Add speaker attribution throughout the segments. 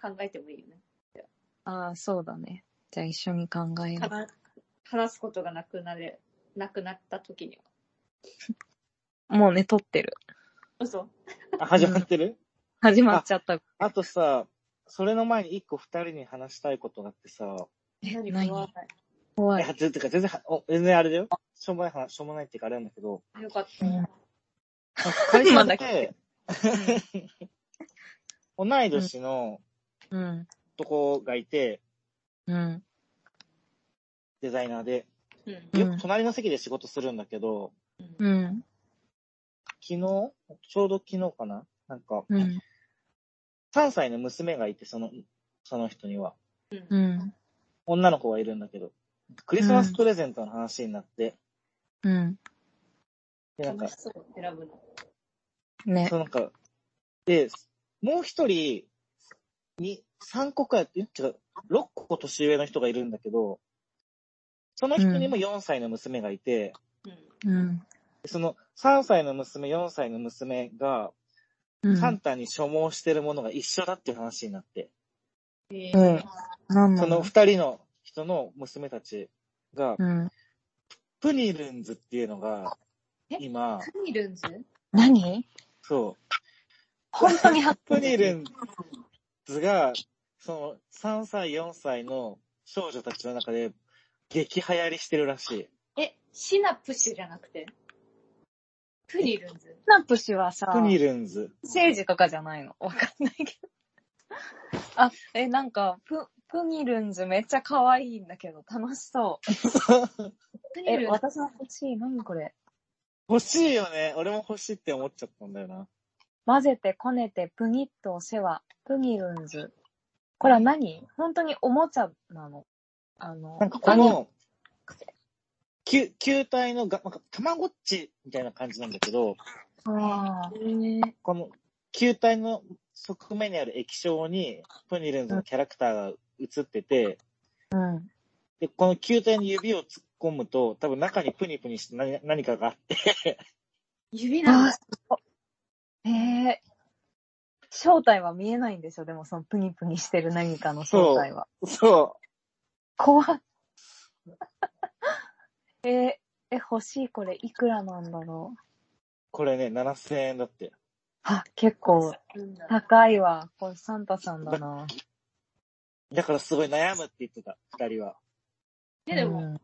Speaker 1: 考えてもいいよね。
Speaker 2: ああ、そうだね。じゃあ一緒に考えよう。
Speaker 1: 話話すことがなくなれ、なくなった時には。
Speaker 2: もうね、撮ってる。
Speaker 1: 嘘
Speaker 3: あ、始まってる
Speaker 2: 始まっちゃった。
Speaker 3: あとさ、それの前に一個二人に話したいことがあってさ、
Speaker 1: 何
Speaker 2: 何
Speaker 1: 怖い。
Speaker 2: 怖
Speaker 3: い
Speaker 2: い。
Speaker 3: や、てか全然は、お全然あれだよ。しょうもない話、しょうもないっていうかあれなんだけ ど、
Speaker 1: よかっ
Speaker 2: うん
Speaker 1: た。
Speaker 3: 会社
Speaker 2: ま
Speaker 3: っ
Speaker 2: だ聞
Speaker 3: て、 同い年の
Speaker 2: うん。
Speaker 3: 男がいて、
Speaker 2: うん。
Speaker 3: デザイナーで、
Speaker 1: うん。
Speaker 2: うん
Speaker 3: よく隣の席で仕事するんだけど、
Speaker 1: うん
Speaker 2: うん。
Speaker 3: 昨日、ちょうど昨日かななんか、
Speaker 2: うん。
Speaker 3: 3歳の娘がいて、その、その人には。
Speaker 2: うん。
Speaker 3: 女の子がいるんだけど、クリスマスプレゼントの話になって、
Speaker 2: うん。
Speaker 3: で、なん
Speaker 1: 楽
Speaker 3: か
Speaker 1: し、そう、選ぶの。
Speaker 2: ね
Speaker 3: そ。うなんか、で、もう一人、に、三個か、え違う、六個年上の人がいるんだけど、その人にも4歳の娘がいて、
Speaker 1: うん。
Speaker 2: うん。
Speaker 3: その3歳の娘、4歳の娘が、
Speaker 2: うん。
Speaker 3: サンタに所望してるものが一緒だっていう話になって、
Speaker 1: え
Speaker 2: う
Speaker 1: ー
Speaker 2: んなんな
Speaker 3: その
Speaker 2: の
Speaker 3: 二人の人の娘たちが、
Speaker 2: うん。
Speaker 3: プニルンズっていうのが、
Speaker 1: え
Speaker 3: 今、
Speaker 1: プニルンズ
Speaker 2: 何
Speaker 3: そう、
Speaker 2: 本当にハッ
Speaker 3: プニルンズが、その、3歳、4歳の少女たちの中で、激流行りしてるらしい。
Speaker 1: え、シナプシュじゃなくてプニルンズ
Speaker 2: ナプシはさ、
Speaker 3: プニルンズ。
Speaker 2: 政治とかじゃないのわかんないけど。あ、え、なんか、プ、プニルンズめっちゃ可愛いんだけど、楽しそう。
Speaker 1: プニ
Speaker 2: え、
Speaker 1: ルンズ
Speaker 2: 私も欲しい。何これ。
Speaker 3: 欲しいよね。俺も欲しいって思っちゃったんだよな。
Speaker 2: 混ぜてこねてプニッとお世話。プニルンズ。これは何本当におもちゃなのあの、
Speaker 3: なんかこの、球球体のが、なんか、たまごっちみたいな感じなんだけど、
Speaker 2: あー
Speaker 3: この、球体の側面にある液晶に、プニルンズのキャラクターが映ってて、
Speaker 2: うん。
Speaker 3: で、この球体に指を突っ込むと、多分中にプニプニして何何かがあって、
Speaker 1: 指なん
Speaker 2: あ
Speaker 1: だ。
Speaker 2: ーえー正体は見えないんでしょでもそのプニプニしてる何かの正体は。
Speaker 3: そう、
Speaker 2: 怖っ。 えーえ、欲しいこれいくらなんだろう。
Speaker 3: これね、7000円だって。
Speaker 2: あ、結構
Speaker 1: なんだ
Speaker 2: 高いわ。これサンタさんだな。
Speaker 3: だからすごい悩むって言ってた、二人は。
Speaker 1: え、で
Speaker 2: う
Speaker 1: も、
Speaker 2: ん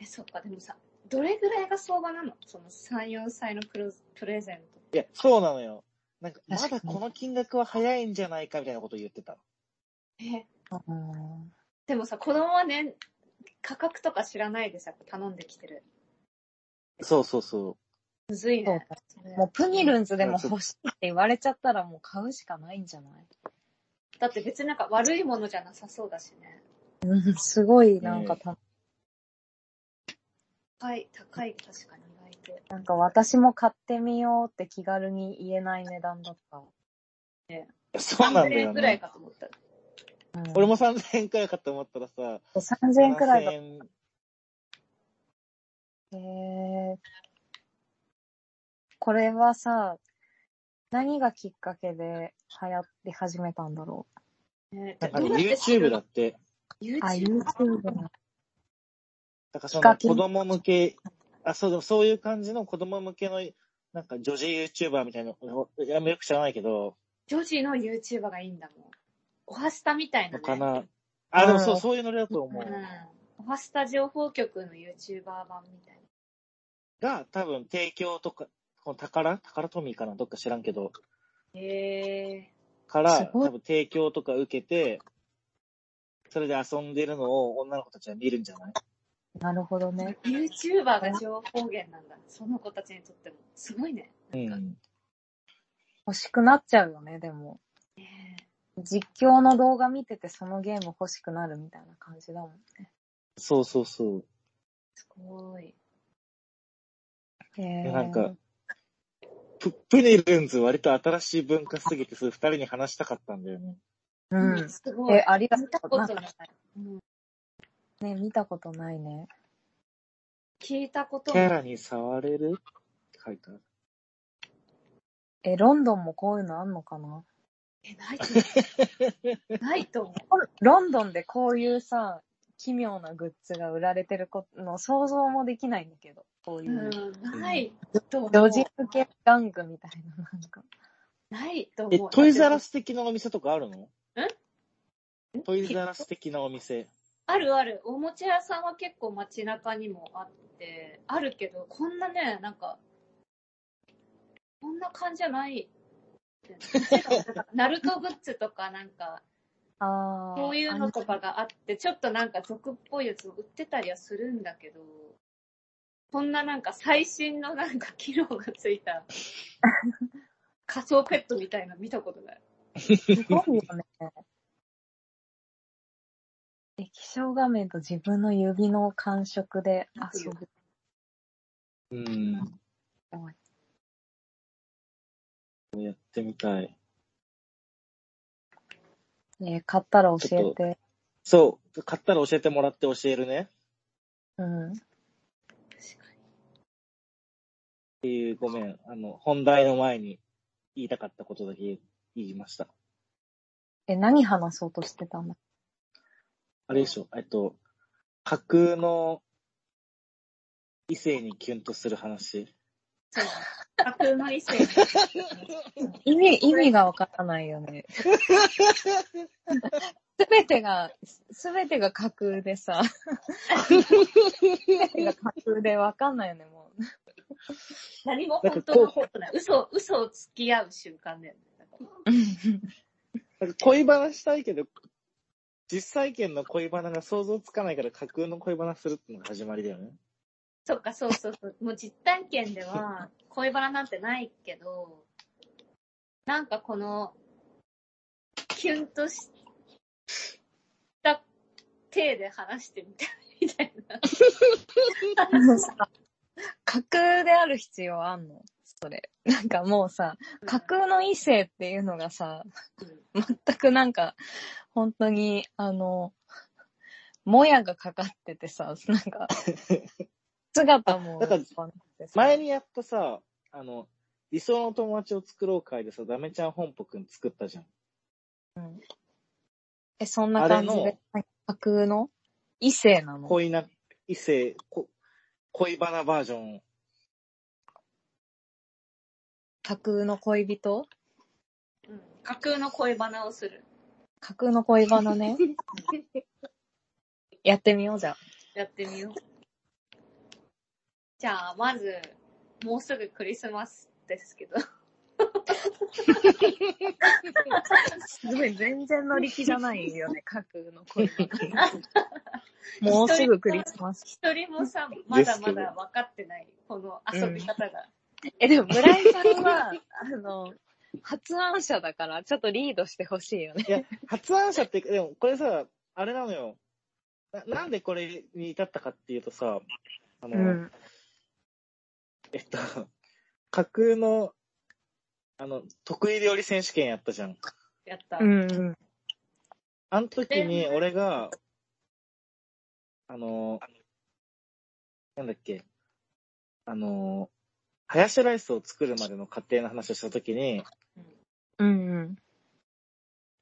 Speaker 1: え、そっか、でもさ、どれぐらいが相場なのその3、4歳のプロプレゼント。
Speaker 3: いや、そうなのよ。なんか、ま
Speaker 2: 確か
Speaker 3: だ
Speaker 2: に
Speaker 3: この金額は早いんじゃないかみたいなことを言ってた。
Speaker 1: え、
Speaker 2: うん
Speaker 1: でもさ、子供はね、価格とか知らないでさ、頼んできてる。
Speaker 3: そうそうそ
Speaker 1: むずい
Speaker 2: そう
Speaker 1: ね。
Speaker 2: だ
Speaker 1: それ
Speaker 2: もうプニルンズでも欲しいって言われちゃったらもう買うしかないんじゃない
Speaker 1: だって別になんか悪いものじゃなさそうだしね。
Speaker 2: うん すごい、なんかた、
Speaker 1: 高い、高い、確かに意外と。
Speaker 2: なんか私も買ってみようって気軽に言えない値段だった。
Speaker 3: う。そうなんだ
Speaker 1: 3000
Speaker 3: よ
Speaker 1: 円ぐらい
Speaker 3: ね。
Speaker 1: かと思った。
Speaker 2: うん
Speaker 3: 俺も3000円くらいかと思ったらさ、
Speaker 2: 3000円くらいだっ
Speaker 3: 7000円
Speaker 2: た。へーこれはさ、何がきっかけで流行り始めたんだろ
Speaker 1: ね
Speaker 3: なんか
Speaker 1: どう
Speaker 3: ね、
Speaker 1: やって知
Speaker 3: YouTube
Speaker 1: る
Speaker 3: だって。
Speaker 2: う
Speaker 1: YouTube。
Speaker 2: あ、YouTube の。
Speaker 3: だからそ
Speaker 2: ヒカ
Speaker 3: の
Speaker 2: キン
Speaker 3: 子供向け、あ、そう、でもそういう感じの子供向けの、なんか女児 YouTuber みたいな、いやよく知らないけど、
Speaker 1: 女子の YouTuber がいいんだもん。おはスタみたいな、
Speaker 3: の
Speaker 1: ね。
Speaker 3: かな。あ、でもそうう、そういうノリだと思う。
Speaker 1: うん。おはスタ情報局の YouTuber 版みたい
Speaker 3: が、多分提供とか、この宝宝トミーかなどっか知らんけど、
Speaker 1: な。へえ。
Speaker 3: から
Speaker 2: す、
Speaker 3: 多
Speaker 2: ごい
Speaker 3: 分提供とか受けて、それで遊んでるのを女の子たちは見るんじゃない
Speaker 2: なるほどね。
Speaker 1: YouTuber が情報源なんだ。その子たちにとっても。すごいね。
Speaker 3: うん。
Speaker 2: 欲しくなっちゃうよね、でも。実況の動画見ててそのゲーム欲しくなるみたいな感じだもんね。
Speaker 3: そうそうそう。
Speaker 1: すごい。
Speaker 2: へー
Speaker 3: なんか、プ、プニルンズ割と新しい文化すぎて、それ二人に話したかったんだよね。
Speaker 2: うん。
Speaker 1: すごい。
Speaker 2: え、ありがと
Speaker 1: 見た
Speaker 2: う。
Speaker 1: こ
Speaker 2: なん
Speaker 1: と
Speaker 2: か
Speaker 1: ない。
Speaker 2: ね、見たことないね。
Speaker 1: 聞いたこと
Speaker 3: キャ
Speaker 1: ない。
Speaker 3: ラに触れるって書いてある。
Speaker 2: え、ロンドンもこういうのあんのかな
Speaker 1: え、ないと思う
Speaker 2: ロンドンでこういうさ、奇妙なグッズが売られてることの想像もできないんだけど、こういうう。
Speaker 1: ん、ないと思う。
Speaker 2: ロジック系玩具みたいな、なんか。
Speaker 1: ないと
Speaker 3: え
Speaker 1: 思う。、
Speaker 3: トイザラス的なお店とかあるの
Speaker 1: ん
Speaker 3: トイザラス的なお店。
Speaker 1: あるある。おもちゃ屋さんは結構街中にもあって、あるけど、こんなね、なんか、こんな感じじゃない。ナルトグッズとかなんか、
Speaker 2: ああ。
Speaker 1: こういうのとかがあって、ちょっとなんか俗っぽいやつも売ってたりはするんだけど、こんななんか最新のなんか機能がついた仮想ペットみたいなの見たことない。
Speaker 2: あの。すごいよね。 液晶画面と自分の指の感触で遊ぶ。
Speaker 3: うん。や
Speaker 2: 多い
Speaker 3: ってみたい。
Speaker 2: えー買ったら教えて。
Speaker 3: そう。買ったら教えてもらって教えるね。
Speaker 2: うん。
Speaker 3: っていう、ごめん。あの、本題の前に言いたかったことだけ言いました。
Speaker 2: え、何話そうとしてたの
Speaker 3: あれでしょ、えっと、架空の異性にキュンとする話。
Speaker 1: そう。架空の異性に
Speaker 2: 意味、意味がわからないよね。すべてが、すべてが架空でさ。すべてが架空でわかんないよね、もう。
Speaker 1: 何も本当のことない。嘘、嘘を付き合う瞬間だよね。
Speaker 3: なんか恋バナしたいけど、実際験の恋バナが想像つかないから架空の恋バナするっていうのが始まりだよね。
Speaker 1: そっか、そうそう そう。もう実体験では恋バナなんてないけど、なんかこの、キュンとした体で話してみたいみたいな。
Speaker 2: さ架空である必要あんのそれ。なんかもうさ、架空の異性っていうのがさ、全くなんか、本当に、あの、もやがかかっててさ、なん か、姿も、
Speaker 3: だから
Speaker 2: そうなってさ
Speaker 3: 前にやったさ、あの、理想の友達を作ろう会でさ、ダメちゃん本舗くん作ったじゃん。
Speaker 2: うんえ、そんな感じ
Speaker 3: あれの
Speaker 2: で、はい架空の異性なの
Speaker 3: 恋な、異性、こ恋バナバージョン。
Speaker 2: 架空の恋人
Speaker 1: うん、架空の恋バナをする。
Speaker 2: 架空の恋バナ ね。やってみようじゃあ
Speaker 1: やってみよう。じゃあ、まず、もうすぐクリスマスですけど。
Speaker 2: すごい、全然乗り気じゃないよ ね、架空の恋バナ。もうすぐクリスマス。
Speaker 1: 一人もさ、まだまだ分かってない、この遊び方が。
Speaker 2: え、でも村井さんは、あの、発案者だから、ちょっとリードしてほしいよね。
Speaker 3: いや、発案者って、でもこれさ、あれなのよ。ななんでこれに至ったかっていうとさ、あの、。えっと、架空の、あの、得意料理選手権やったじゃん。
Speaker 1: やった。
Speaker 2: うん。
Speaker 3: あの時に俺が、あの、なんだっけ、あの、ハヤシライスを作るまでの過程の話をした時に、
Speaker 2: うん。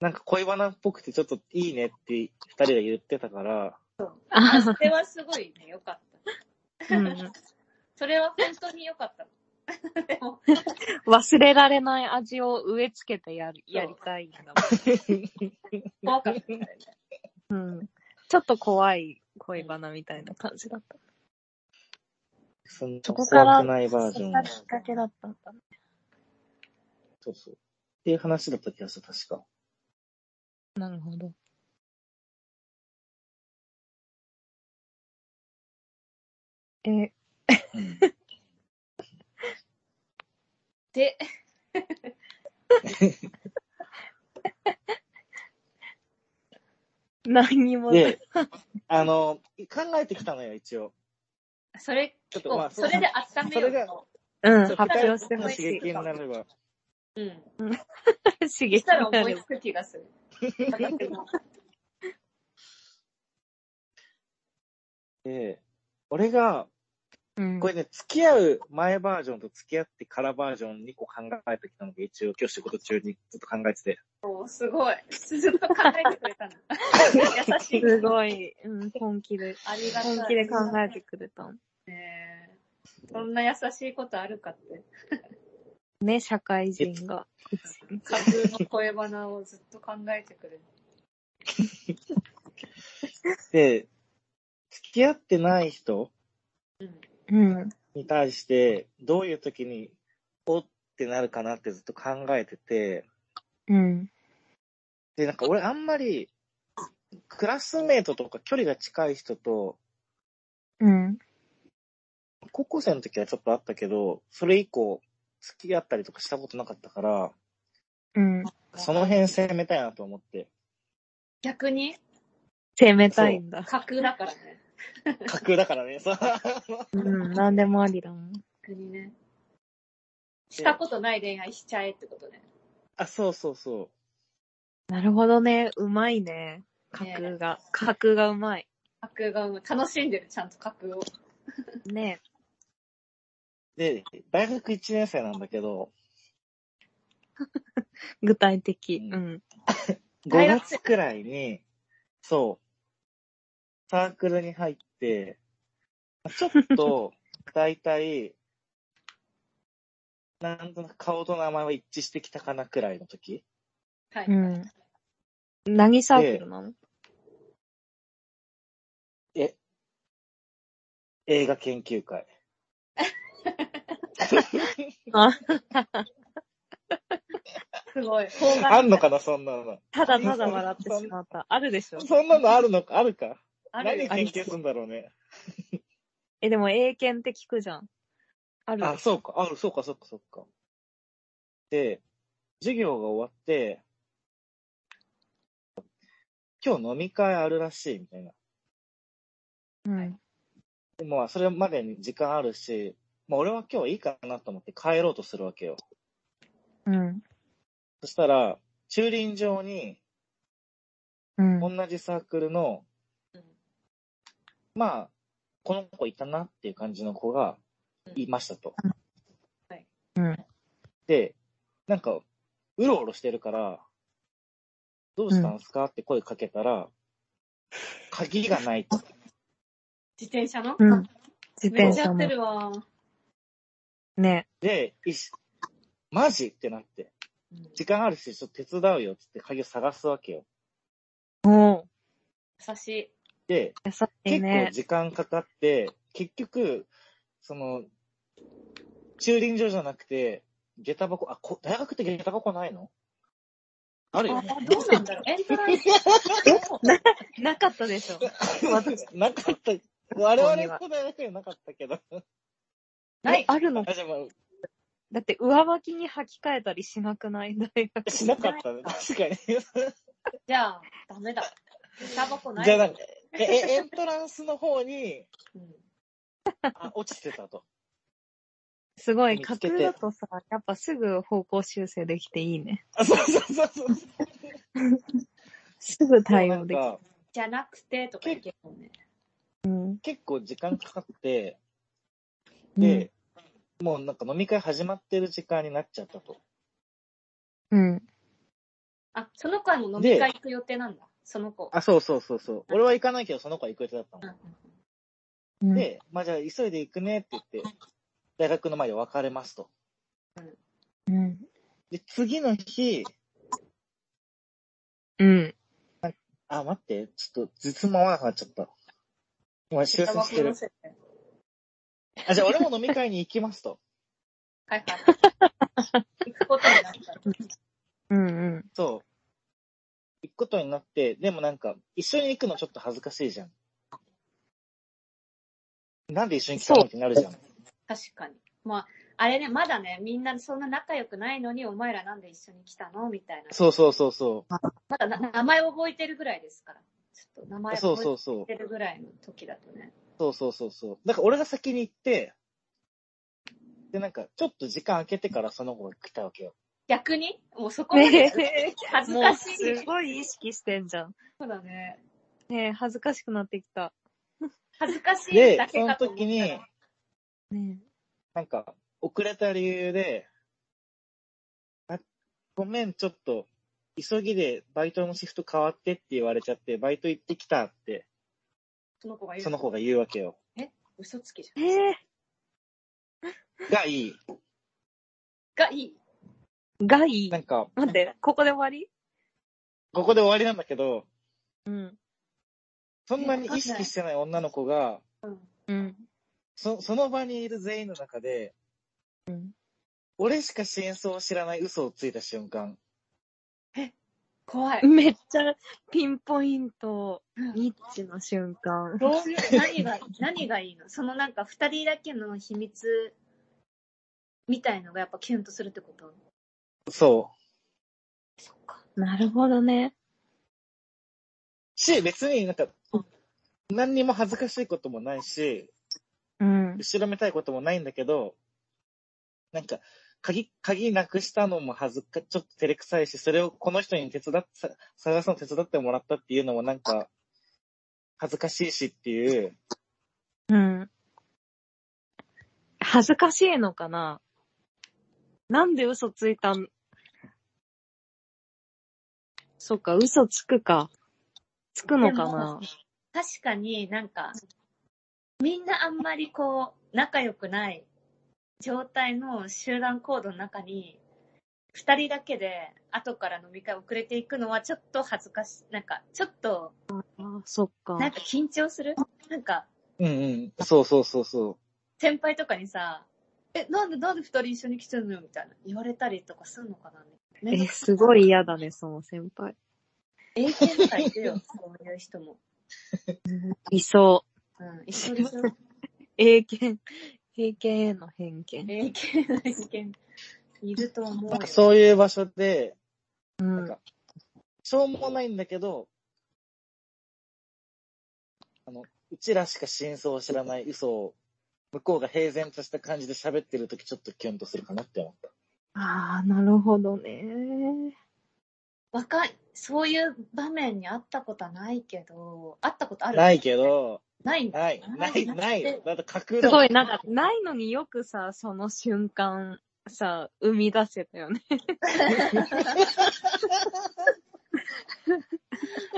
Speaker 3: なんか恋バナっぽくてちょっといいねって二人で言ってたから、
Speaker 2: あ
Speaker 1: それはすごいね、良かった。
Speaker 2: うん
Speaker 1: それは本当に良かった。でも、
Speaker 2: 忘れられない味を植え付けてやる
Speaker 1: そう
Speaker 2: やりたいんだ
Speaker 1: 怖かった。
Speaker 2: もん。うん。ちょっと怖い恋バナみたいな感じだった。
Speaker 3: その
Speaker 2: そこから
Speaker 3: 怖くないバージョン。
Speaker 2: きっかけだったんだ。
Speaker 3: そうそう。っていう話だった気がする、確か。
Speaker 2: なるほど。え、
Speaker 1: で、
Speaker 2: 何にもない。
Speaker 3: で、あの、考えてきたのよ、一応。
Speaker 1: それ、
Speaker 3: ちょっ
Speaker 1: こと
Speaker 3: まあ
Speaker 1: うそれで温めよ
Speaker 3: それが
Speaker 1: う
Speaker 2: うん
Speaker 3: そう
Speaker 2: 発表してほし
Speaker 3: 刺
Speaker 2: い。
Speaker 3: 激になれば。
Speaker 1: と。うん。
Speaker 2: 刺
Speaker 1: そ
Speaker 2: 激
Speaker 1: したら思
Speaker 2: に
Speaker 1: い
Speaker 2: なる
Speaker 1: つく気がする。私も
Speaker 3: で、俺が、
Speaker 2: うん
Speaker 3: これね、付き合う前バージョンと付き合ってからバージョン2個考えてきたので、一応今日仕事中にずっと考えてて。
Speaker 1: おすごい。すごい考えてくれたの。優しい。
Speaker 2: すごい、うん、本気で、
Speaker 1: ありがたい。
Speaker 2: 本気で考えてくれたの。
Speaker 1: ねえそんな優しいことあるかって。
Speaker 2: ね、社会人が。
Speaker 1: 架空の声花をずっと考えてくれる。
Speaker 3: で、付き合ってない人
Speaker 1: うん。
Speaker 2: うん。
Speaker 3: に対して、どういう時に、おってなるかなってずっと考えてて、
Speaker 2: うん。
Speaker 3: で、なんか俺あんまり、クラスメートとか距離が近い人と、
Speaker 2: うん。
Speaker 3: 高校生の時はちょっとあったけど、それ以降、付き合ったりとかしたことなかったから、
Speaker 2: うん。
Speaker 3: その辺攻めたいなと思って。
Speaker 1: 逆に
Speaker 2: 攻めたいんだ。
Speaker 1: 架空だからね。
Speaker 3: 架空だからね、 そう。
Speaker 2: うん。なんでもありだもん。
Speaker 1: 逆にね。したことない恋愛しちゃえってことね。
Speaker 3: あ、そうそうそ
Speaker 2: なるほどね。うまいね。架空が。架空がうまい。
Speaker 1: 架空がうまい楽しんでる、ちゃんと架空を。
Speaker 2: ね
Speaker 3: う。で、大学1年生なんだけど、
Speaker 2: 具体的。
Speaker 3: う
Speaker 2: うん。
Speaker 1: 大
Speaker 3: 5
Speaker 1: 学
Speaker 3: 月くらいに、そう、サークルに入って、ちょっと、だいたい、なんとなく顔と名前は一致してきたかなくらいの時。
Speaker 1: はい。
Speaker 2: うん。何サークルなの
Speaker 3: え、映画研 究会。
Speaker 2: あ、
Speaker 1: すごい。方
Speaker 3: あんのかな、そんなの。
Speaker 2: ただただ笑ってしま った。あるでしょ
Speaker 3: そんなのあるのか、あるか。
Speaker 1: ある
Speaker 3: 何
Speaker 1: よ
Speaker 3: 研究するんだろうね。
Speaker 2: え、でも英検って聞くじゃん。ある。
Speaker 3: あ、そうか、ある、そうか、そうか、そうか。で、授業が終わって、今日飲み会あるらしい、みたいな。
Speaker 2: うん。
Speaker 3: でも、まあそれまでに時間あるし、まあ、俺は今日いいかなと思って帰ろうとするわけよ。
Speaker 2: うん。
Speaker 3: そしたら、駐輪場に、
Speaker 2: うん。
Speaker 3: 同じサークルの、
Speaker 1: うん
Speaker 3: まあ、この子いたなっていう感じの子がいましたと。
Speaker 1: はい
Speaker 2: うん
Speaker 3: で、なんか、うろうろしてるから、どうしたんすかって声かけたら、鍵がないと。
Speaker 1: 自転車の
Speaker 2: うん。自
Speaker 1: め
Speaker 2: 転
Speaker 1: っちゃ合
Speaker 2: 車
Speaker 1: って
Speaker 2: も。
Speaker 1: るわ。
Speaker 2: ね。
Speaker 3: で、いしマジってなって、
Speaker 1: うん
Speaker 3: 時間あるし、ちょっと手伝うよってって鍵を探すわけよ。
Speaker 2: おう
Speaker 1: 優しい。
Speaker 3: で、
Speaker 2: 優しい
Speaker 3: 結構
Speaker 2: ね。
Speaker 3: 時間かかって、結局、その、駐輪場じゃなくて、下駄箱、あ、こ大学って下駄箱ないのあるよ
Speaker 1: あ、
Speaker 3: ね。
Speaker 1: どうなんだろう。エントランス。
Speaker 2: なかったでしょ。私
Speaker 3: なかった。我々ここ大学にはなかったけど。
Speaker 1: ない
Speaker 2: えあるの
Speaker 3: あ、じゃあまあ、
Speaker 2: だって上履きに履き替えたりしなくない大学
Speaker 3: しなかったね。確かに。
Speaker 1: じゃあ、ダメだ。タバコない。
Speaker 3: じゃあなんか、え、えエントランスの方に、
Speaker 1: うん
Speaker 3: あ、落ちてたと。
Speaker 2: すごい、
Speaker 3: 見つ
Speaker 2: 架
Speaker 3: けて
Speaker 2: 空だとさ、やっぱすぐ方向修正できていいね。
Speaker 3: あ、そうそうそうそう。
Speaker 2: すぐ
Speaker 3: もう
Speaker 2: 対
Speaker 3: なん
Speaker 2: 応できる。
Speaker 3: か、
Speaker 1: じゃなくて、とかいけるもんね。
Speaker 2: うん。
Speaker 3: 結構時間かかって、
Speaker 2: うん
Speaker 3: で、もうなんか飲み会始まってる時間になっちゃったと。
Speaker 2: うん。
Speaker 1: あ、その子はもう飲み会行く予定なんだ。その子。
Speaker 3: あ、そうそうそうそう。俺は行かないけど、その子は行く予定だった
Speaker 1: うん
Speaker 3: の。
Speaker 1: う
Speaker 2: うん、
Speaker 3: で、まあじゃあ急いで行くねって言って、大学の前で別れますと。
Speaker 2: うん。
Speaker 3: で、次の日、
Speaker 2: うん。
Speaker 3: あ、待って、ちょっと、実も合わなくなっちゃった。今、
Speaker 1: ん
Speaker 3: 修
Speaker 1: タ
Speaker 3: 正
Speaker 1: バ
Speaker 3: して
Speaker 1: コの
Speaker 3: る。
Speaker 1: せて。
Speaker 3: あ、じゃあ俺も飲み会に行きますと。
Speaker 1: はいはい。 行くことになった。
Speaker 2: うん。うん。
Speaker 3: そう。行くことになって、でもなんか、一緒に行くのちょっと恥ずかしいじゃん。なんで一緒に来たのってなるじゃん。
Speaker 1: 確かに。まあ、あれね、まだね、みんなそんな仲良くないのに、お前らなんで一緒に来たのみたいな。
Speaker 3: そうそうそうそ
Speaker 1: まだな名前覚えてるぐらいですから。ちょっと名
Speaker 3: う。
Speaker 1: 前
Speaker 3: そうそ
Speaker 1: 覚
Speaker 3: うそう
Speaker 1: え。てるぐらいの時だとね。
Speaker 3: そうそうそうそう。だから俺が先に行って、で、なんか、ちょっと時間空けてからその子が来たわけよ。
Speaker 1: 逆にもうそこまで
Speaker 2: ね
Speaker 1: 恥ず
Speaker 2: も
Speaker 1: か
Speaker 2: う
Speaker 1: しい。
Speaker 2: すごい意識してんじゃん。
Speaker 1: そうだね。
Speaker 2: ねえ、恥ずかしくなってきた。
Speaker 1: 恥ずかしい
Speaker 3: で
Speaker 1: だ、け
Speaker 3: その
Speaker 1: かと思っ
Speaker 3: 時に
Speaker 1: たら。、
Speaker 2: ね
Speaker 3: なんか、遅れた理由で、あごめん、ちょっと、急ぎでバイトのシフト変わってって言われちゃって、バイト行ってきたって、
Speaker 1: その子が言う。
Speaker 3: その子が言うわけよ。
Speaker 1: 嘘つきじ
Speaker 2: ええ
Speaker 3: がいい。
Speaker 1: ゃん。がいい。
Speaker 2: ー、がいい
Speaker 3: な。んか、
Speaker 2: 待って、ここで終わり
Speaker 3: ここで終わりなんだけど、
Speaker 2: うん。
Speaker 3: そんなに意識してない女の子が、
Speaker 2: うん。
Speaker 3: そその場にいる全員の中で、
Speaker 2: うん
Speaker 3: 俺しか真相を知らない嘘をついた瞬間、
Speaker 1: 怖い。
Speaker 2: めっちゃピンポイント、ニッチな瞬間。
Speaker 1: どういう、何が、何がいいのそのなんか二人だけの秘密みたいのがやっぱキュンとするってこと
Speaker 3: そ
Speaker 1: そっか。
Speaker 2: なるほどね。
Speaker 3: う。し、別になんか、何にも恥ずかしいこともないし、
Speaker 2: うん。
Speaker 3: 後ろめたいこともないんだけど、なんか、鍵、鍵なくしたのも恥ずか、ちょっと照れくさいし、それをこの人に手伝っ、さ探すの手伝ってもらったっていうのもなんか、恥ずかしいしっていう、
Speaker 2: うん。恥ずかしいのかななんで嘘ついたんそっか、嘘つくか。つくのかな
Speaker 1: 確かになんか、みんなあんまりこう、仲良くない状態の集団行動の中に、二人だけで後から飲み会遅れていくのはちょっと恥ずかしい。なんか、ちょっと、
Speaker 2: あ、そっか。
Speaker 1: なんか緊張するなんか、
Speaker 3: うんうん、そうそうそうそう。
Speaker 1: 先輩とかにさ、え、なんで、なんで二人一緒に来てんのよみたいな。言われたりとかすんのかなめんど
Speaker 2: え、
Speaker 1: く
Speaker 2: すごい嫌だね、その先輩。
Speaker 1: 永久とかいるよ、そういう人も。
Speaker 2: いそう。
Speaker 1: うん、一緒でしょ。
Speaker 2: 英検、偏見への偏見。
Speaker 1: 永久の意見、いると思う
Speaker 3: なん
Speaker 1: よ
Speaker 3: か。そういう場所で、
Speaker 2: う
Speaker 3: なん
Speaker 2: ん。
Speaker 3: か、しょうもないんだけど、あの、うちらしか真相を知らない嘘を、向こうが平然とした感じで喋ってるときちょっとキュンとするかなって思った。
Speaker 2: ああ、なるほどね。
Speaker 1: 若い、そういう場面に会ったことはないけど、会ったことある
Speaker 3: ないけど、
Speaker 1: ないんだ。
Speaker 3: ない、ない、ないよ。だって架
Speaker 2: す
Speaker 3: 空だ
Speaker 2: ご
Speaker 3: もん。
Speaker 2: い、なんか、ないのによくさ、その瞬間、さ、生み出せたよね。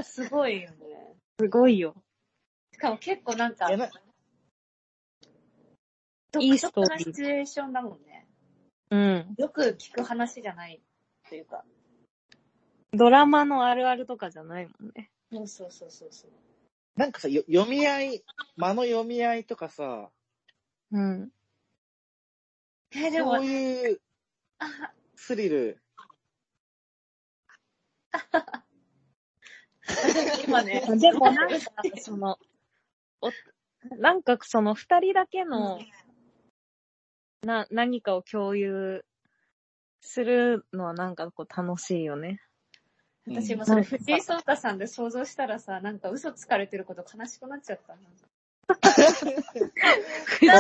Speaker 1: すごいよね。
Speaker 2: すごいよ。
Speaker 1: しかも結構なんか
Speaker 3: いや、な
Speaker 1: 独特なシチュエーションだもんね。
Speaker 2: うん。
Speaker 1: よく聞く話じゃないというか。
Speaker 2: ドラマのあるあるとかじゃないもんね。
Speaker 1: そうそうそうそうそう。
Speaker 3: なんかさ、よ読み合い、間の読み合いとかさ、
Speaker 2: うん。
Speaker 1: えーでも
Speaker 3: そう、いう
Speaker 1: あ
Speaker 3: スリル。
Speaker 1: 今ね、
Speaker 2: でもなんか、その、お、なんかその二人だけの、な、何かを共有するのはなんかこう楽しいよね。
Speaker 1: 私もそれ、藤井聡太さんで想像したらさ、なんか嘘つかれてること悲しくなっちゃったな。
Speaker 3: こ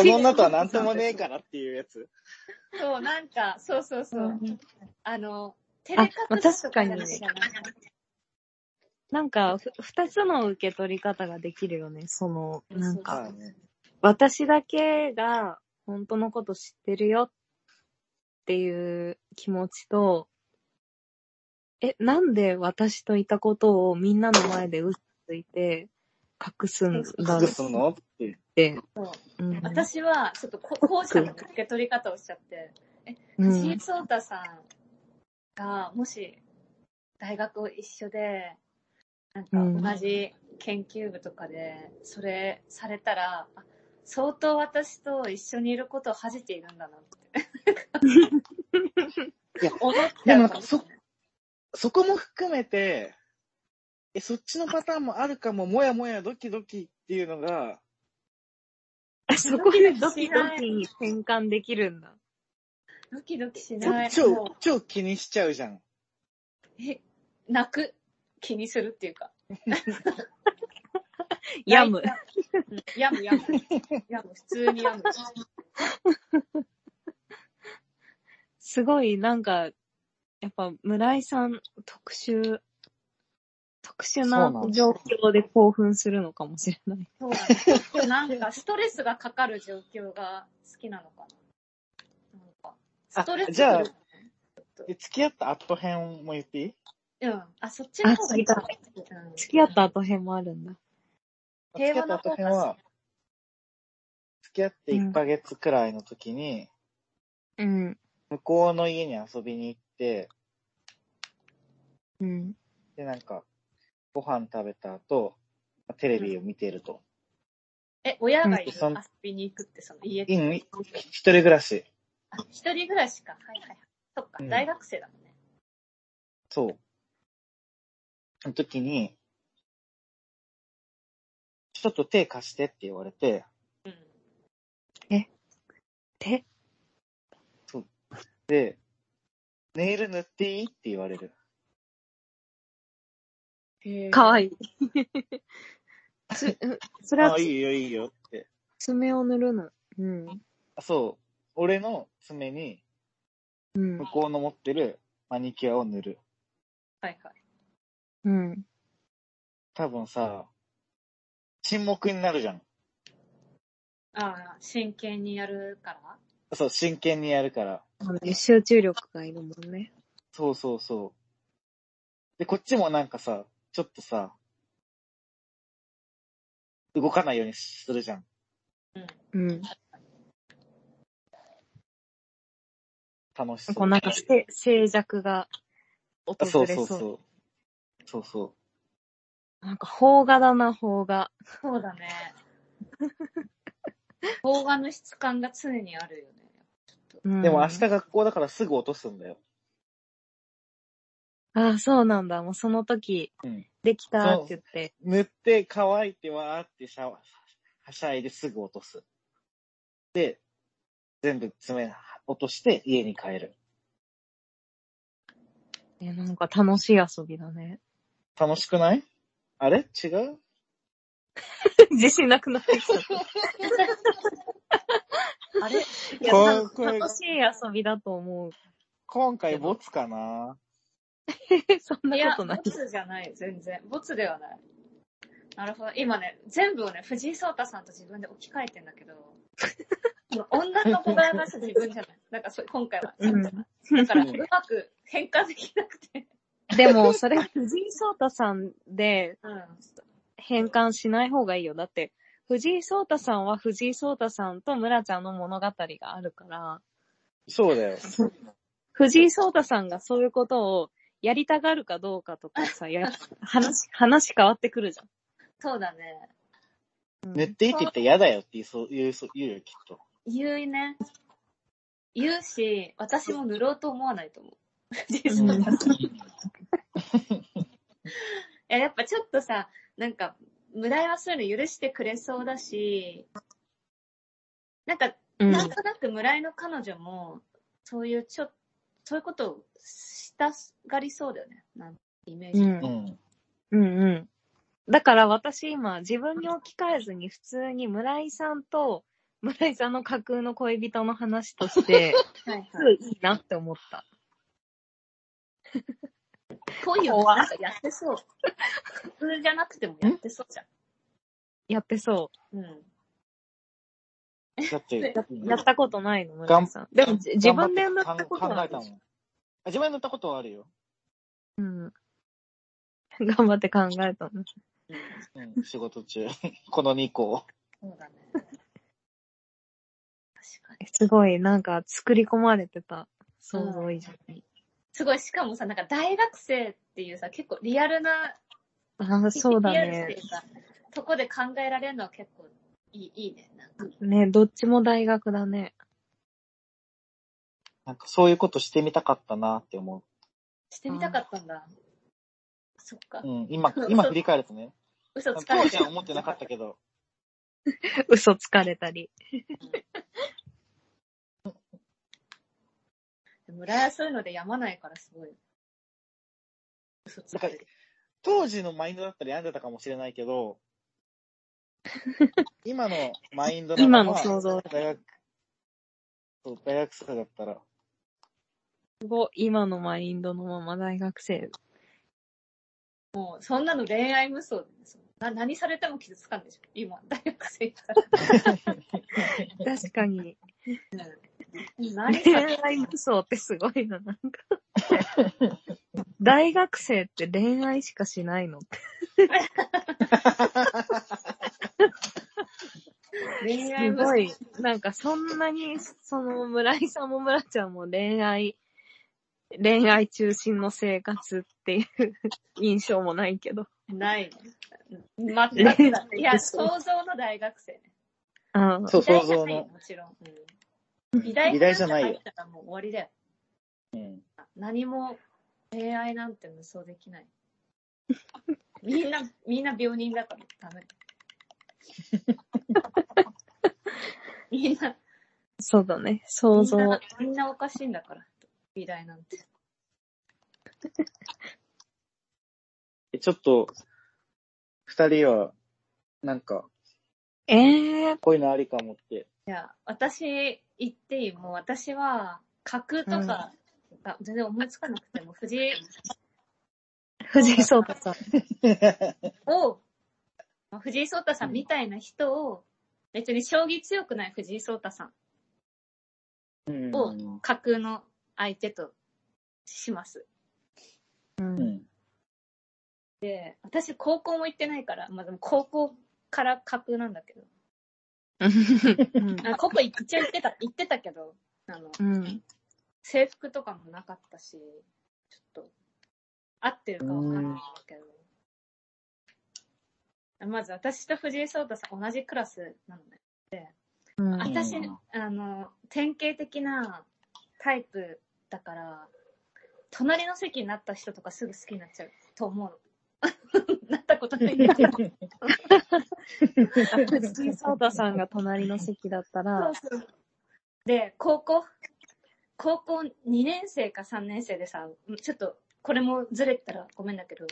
Speaker 3: の女とはなんともねえからっていうやつ。
Speaker 1: そう、なんか、そうそうそう。
Speaker 2: うん
Speaker 1: あの、テレ
Speaker 2: まあ
Speaker 1: カツ
Speaker 2: 確
Speaker 1: と
Speaker 2: か
Speaker 1: か
Speaker 2: に
Speaker 1: じゃないじゃない
Speaker 2: なんか、ふ二つの受け取り方ができるよね。その、なんか、
Speaker 3: ああね
Speaker 2: 私だけが本当のこと知ってるよっていう気持ちと、え、なんで私といたことをみんなの前で嘘ついて隠すんだろう
Speaker 3: 隠すのっていう。
Speaker 2: って。
Speaker 1: そう
Speaker 2: うん、
Speaker 1: 私は、ちょっとこ、後者の受け取り方をしちゃって、
Speaker 2: う
Speaker 1: 藤井
Speaker 2: ん、
Speaker 1: 聡太さんが、もし、大学を一緒で、なんか同じ研究部とかで、それされたら、あ相当私と一緒にいることを恥じているんだなって。
Speaker 3: いや
Speaker 1: 思っち
Speaker 3: でも
Speaker 1: ゃ うんか
Speaker 3: なか
Speaker 1: も
Speaker 3: そ、そこも含めて、え、そっちのパターンもあるかも、もやもやドキドキっていうのが、
Speaker 2: そこでドキドキに転換できるんだ。
Speaker 1: ドキドキし
Speaker 3: ちょ
Speaker 1: ない。もう
Speaker 3: 超、超気にしちゃうじゃん。
Speaker 1: え、泣く。気にするっていうか。
Speaker 2: やむ。
Speaker 1: うんやむやむ。やむ、普通にやむ。
Speaker 2: すごい、なんか、やっぱ村井さん特集特殊
Speaker 3: そうな
Speaker 2: なん
Speaker 3: です
Speaker 2: 状
Speaker 3: よ
Speaker 2: 況で興奮するのかもしれない。
Speaker 1: そうなんです。なんか、ストレスがかかる状況が好きなのかな。なんか、ストレス
Speaker 3: あじゃあ
Speaker 1: フル
Speaker 3: で、付き合った後編も言っていい
Speaker 1: うん。あ、そっちの方がいいかも。うん
Speaker 2: 付き合った後編もあるんだ。
Speaker 1: 平和な方
Speaker 3: 付
Speaker 1: が
Speaker 3: き合った後編は、付き合って1ヶ月くらいの時に、
Speaker 2: うん。
Speaker 3: 向こうの家に遊びに行って、
Speaker 2: うん。
Speaker 3: で、なんか、ご飯食べた後、テレビを見てると。
Speaker 1: え、親がいる
Speaker 3: そん
Speaker 1: 遊びに行くって、その家
Speaker 3: うん、い一人暮らし。
Speaker 1: あ一人暮らしか。はいはいはい。そっか
Speaker 3: う、ん
Speaker 1: 大学生だもんね。
Speaker 3: そう。その時に、ちょっと手貸してって言われて、
Speaker 1: うん。
Speaker 2: 手
Speaker 3: で、ネイル塗っていいって言われる。
Speaker 2: かわ
Speaker 1: い
Speaker 2: い い。つ、うんそれは
Speaker 3: あ、い
Speaker 2: つ
Speaker 3: いよいいよって。
Speaker 2: 爪を塗るの。うん。
Speaker 3: そう。俺の爪に
Speaker 2: うん
Speaker 3: 向。こうの持ってるマニキュアを塗る。
Speaker 1: はいはい。
Speaker 2: うん。
Speaker 3: 多分さ、沈黙になるじゃん。
Speaker 1: ああ、真剣にやるから
Speaker 3: そう、真剣にやるから。
Speaker 2: そうね集中力がいるもんね。
Speaker 3: そうそうそう。で、こっちもなんかさ、ちょっとさ、動かないようにするじゃん。
Speaker 1: うん。
Speaker 2: うん。
Speaker 3: 楽しそう。
Speaker 2: こうなんかせ静寂が訪れ
Speaker 3: そ
Speaker 2: そうう
Speaker 3: そうそう。そうそ
Speaker 2: なんか邦画だな、邦画。
Speaker 1: そうだね。 動画の質感が常にあるよね。
Speaker 2: うん、
Speaker 3: う。でも明日学校だからすぐ落とすんだよ。
Speaker 2: ああ、そうなんだ。もうその時、
Speaker 3: うん
Speaker 2: できたって言って。
Speaker 3: 塗って乾いてわーってシャワー、はしゃいですぐ落とす。で、全部爪落として家に帰る。
Speaker 2: え、なんか楽しい遊びだね。
Speaker 3: 楽しくないあれ違う
Speaker 2: 自信なくなってき た。
Speaker 1: あれ
Speaker 2: いや、
Speaker 3: こう
Speaker 2: なん
Speaker 3: こ
Speaker 2: か
Speaker 3: ういう
Speaker 2: 楽しい遊びだと思う。
Speaker 3: 今回ボツかな
Speaker 2: そん
Speaker 1: い
Speaker 2: な
Speaker 1: や、
Speaker 2: ことない。
Speaker 1: ボツじゃない、全然。ボツではない。なるほど。今ね、全部をね、藤井聡太さんと自分で置き換えてんだけ ど、もう女の子がやらす自分じゃない。なんかそう、今回は。
Speaker 2: うん
Speaker 1: だから、うまく変換できなくて。
Speaker 2: でも、それは藤井聡太さんで
Speaker 1: うん。
Speaker 2: 変換しない方がいいよ。だって、藤井聡太さんは藤井聡太さんと村ちゃんの物語があるから、
Speaker 3: そうだよ。
Speaker 2: 藤井聡太さんがそういうことをやりたがるかどうかとかさ、や話、話変わってくるじゃん。
Speaker 1: そうだね。
Speaker 3: 塗っていいって言ったら嫌だよって言いそう、言うそう、言うよ、きっと。
Speaker 1: 言うね。言うし、私も塗ろうと思わないと思う。藤井聡
Speaker 2: う
Speaker 1: 太
Speaker 2: ん
Speaker 1: さんいや、やっぱちょっとさ、なんか、村井はそういうの許してくれそうだし、なんか、
Speaker 2: うん
Speaker 1: なんとなく村井の彼女も、そういうちょ、そういうことをしたがりそうだよね。なんイメージ。
Speaker 2: うん
Speaker 3: うん。
Speaker 2: うんうん。だから私今自分に置き換えずに普通に村井さんと村井さんの架空の恋人の話と して、
Speaker 1: はいはい
Speaker 2: すごいいいなって思った。
Speaker 1: 恋をなんかやってそう。普通じゃなくてもやってそうじゃ
Speaker 2: やってそ
Speaker 1: ん。うん。
Speaker 3: だって、
Speaker 2: う。やったことないの、
Speaker 3: が
Speaker 2: 村
Speaker 3: ん
Speaker 2: 井さん。でもじ自分で塗
Speaker 3: 頑張
Speaker 2: ったこと
Speaker 3: 考
Speaker 2: は
Speaker 3: え
Speaker 2: ある
Speaker 3: たもん。あ自分で塗ったことはあるよ。
Speaker 2: うん。 頑張って考えたの。
Speaker 3: うん、仕事中。 この2個。
Speaker 1: そうだね。確かに。
Speaker 2: すごい、なんか作り込まれてた想像以上に。
Speaker 1: すごい、しかもさ、なんか大学生っていうさ、結構リアルな
Speaker 2: ああ、そうだ
Speaker 1: リアルって
Speaker 2: ね
Speaker 1: い。うかとこで考えられるのは結構いいいいね。なんか
Speaker 2: ね、どっちも大学だね。
Speaker 3: なんかそういうことしてみたかったなって思
Speaker 1: してみたかったんだ。そっか
Speaker 3: う。う。ん、今、今振り返るとね。
Speaker 1: 嘘つか
Speaker 3: 当
Speaker 1: れ
Speaker 3: 時
Speaker 1: て
Speaker 3: は思ってなかったけど、
Speaker 2: 嘘つかれたり。
Speaker 1: 村屋そういうのでやまないからすごい。嘘つかれて。
Speaker 3: 当時のマインドだったら病んでたかもしれないけど、今のマインドな
Speaker 2: 今
Speaker 3: ら
Speaker 2: の想像。
Speaker 3: 大学、そう、大学生だったら、
Speaker 2: すごい今のマインドのまま大学生。
Speaker 1: もう、そんなの恋愛無双で、そのな何されても傷つかんでしょ。今、大学生 から。
Speaker 2: 確かに。
Speaker 1: 何
Speaker 2: 恋愛無双ってすごいな、 なんか。大学生って恋愛しかしないのって。
Speaker 1: 恋愛
Speaker 2: す
Speaker 1: 無
Speaker 2: ご
Speaker 1: 双。
Speaker 2: い。なんかそんなに、その村井さんも村ちゃんも恋愛、恋愛中心の生活っていう印象もないけど。
Speaker 1: ないね。全くない。いや、想像の大学生ね。
Speaker 2: うん。
Speaker 3: そう、想
Speaker 1: 偉大
Speaker 3: 像
Speaker 1: じゃないよ
Speaker 3: の。
Speaker 1: もちろん。うん、偉大
Speaker 3: 偉大じゃないよ
Speaker 1: 入ったらもう終わりだよ。
Speaker 3: うん。
Speaker 1: 何も恋愛なんて無双でき ない。みんな、みんな病人だからダメ だ。みんな、
Speaker 2: そうだね。想像
Speaker 1: みん。なみんなおかしいんだから、美大なんて。
Speaker 3: えちょっと、二人は、なんか、
Speaker 2: ええー、
Speaker 3: こういうのありかもって。
Speaker 1: いや、私、言っていいもう私は、架空とかが全然思いつかなくても、藤井
Speaker 2: 藤井聡太さん。
Speaker 1: を、まあ藤井聡太さんみたいな人を、別に将棋強くない藤井聡太さん
Speaker 3: うん
Speaker 1: お 架空の相手とします。
Speaker 2: うん
Speaker 3: うん。
Speaker 1: で、私高校も行ってないから、まあでも高校から架空なんだけど、
Speaker 2: うん
Speaker 1: あ高校一応行ってた、行ってたけど、あの、
Speaker 2: うん。
Speaker 1: 制
Speaker 2: 制
Speaker 1: 服とかもなかったし、ちょっと、合ってるかわからないんだけど。まず私と藤井聡太さん同じクラスなのね。
Speaker 2: うん
Speaker 3: あ
Speaker 1: 私
Speaker 3: うん、
Speaker 1: あの、典型的なタイプだから、隣の席になった人とかすぐ好きになっちゃうと思う の。なったことないけ ど。
Speaker 2: 藤井聡太さんが隣の席だったら、
Speaker 1: で、高校、高校2年生か3年生でさ、ちょっと、これもずれてたらごめんだけど、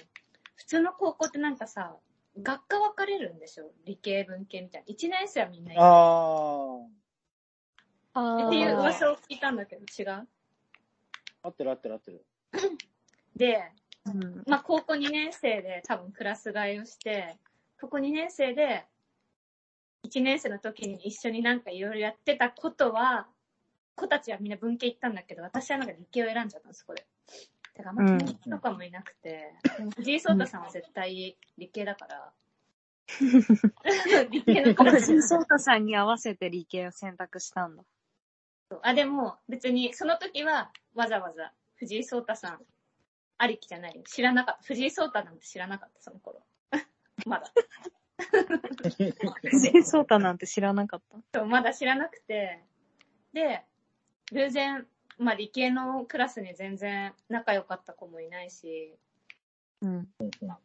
Speaker 1: 普通の高校ってなんかさ、学科分かれるんでしょ理系、文系みたいな。1年生はみんな一緒
Speaker 3: あ
Speaker 2: あ
Speaker 1: っていう
Speaker 2: ー
Speaker 1: 噂を聞いたんだけど、違う
Speaker 3: あ。合ってる合ってる合ってる。
Speaker 1: で、
Speaker 2: うん
Speaker 1: まあ、高校2年生で多分クラス替えをして、高校2年生で、1年生の時に一緒になんかいろいろやってたことは、子たちはみんな文系行ったんだけど、私はなんか理系を選んじゃったの、そこで。だからあんま友達とかもいなくて、でも藤井聡太さんは絶対理系だから、理系の子たち
Speaker 2: 藤井聡太さんに合わせて理系を選択したんだ。
Speaker 1: あ、でも別にその時はわざわざ藤井聡太さんありきじゃないよ。知らなかった。藤井聡太なんて知らなかった、その頃。まだ。
Speaker 2: 藤井聡太なんて知らなかった。
Speaker 1: そうまだ知らなくて。で、偶然、まあ理系のクラスに全然仲良かった子もいないし、
Speaker 2: うん。
Speaker 1: っ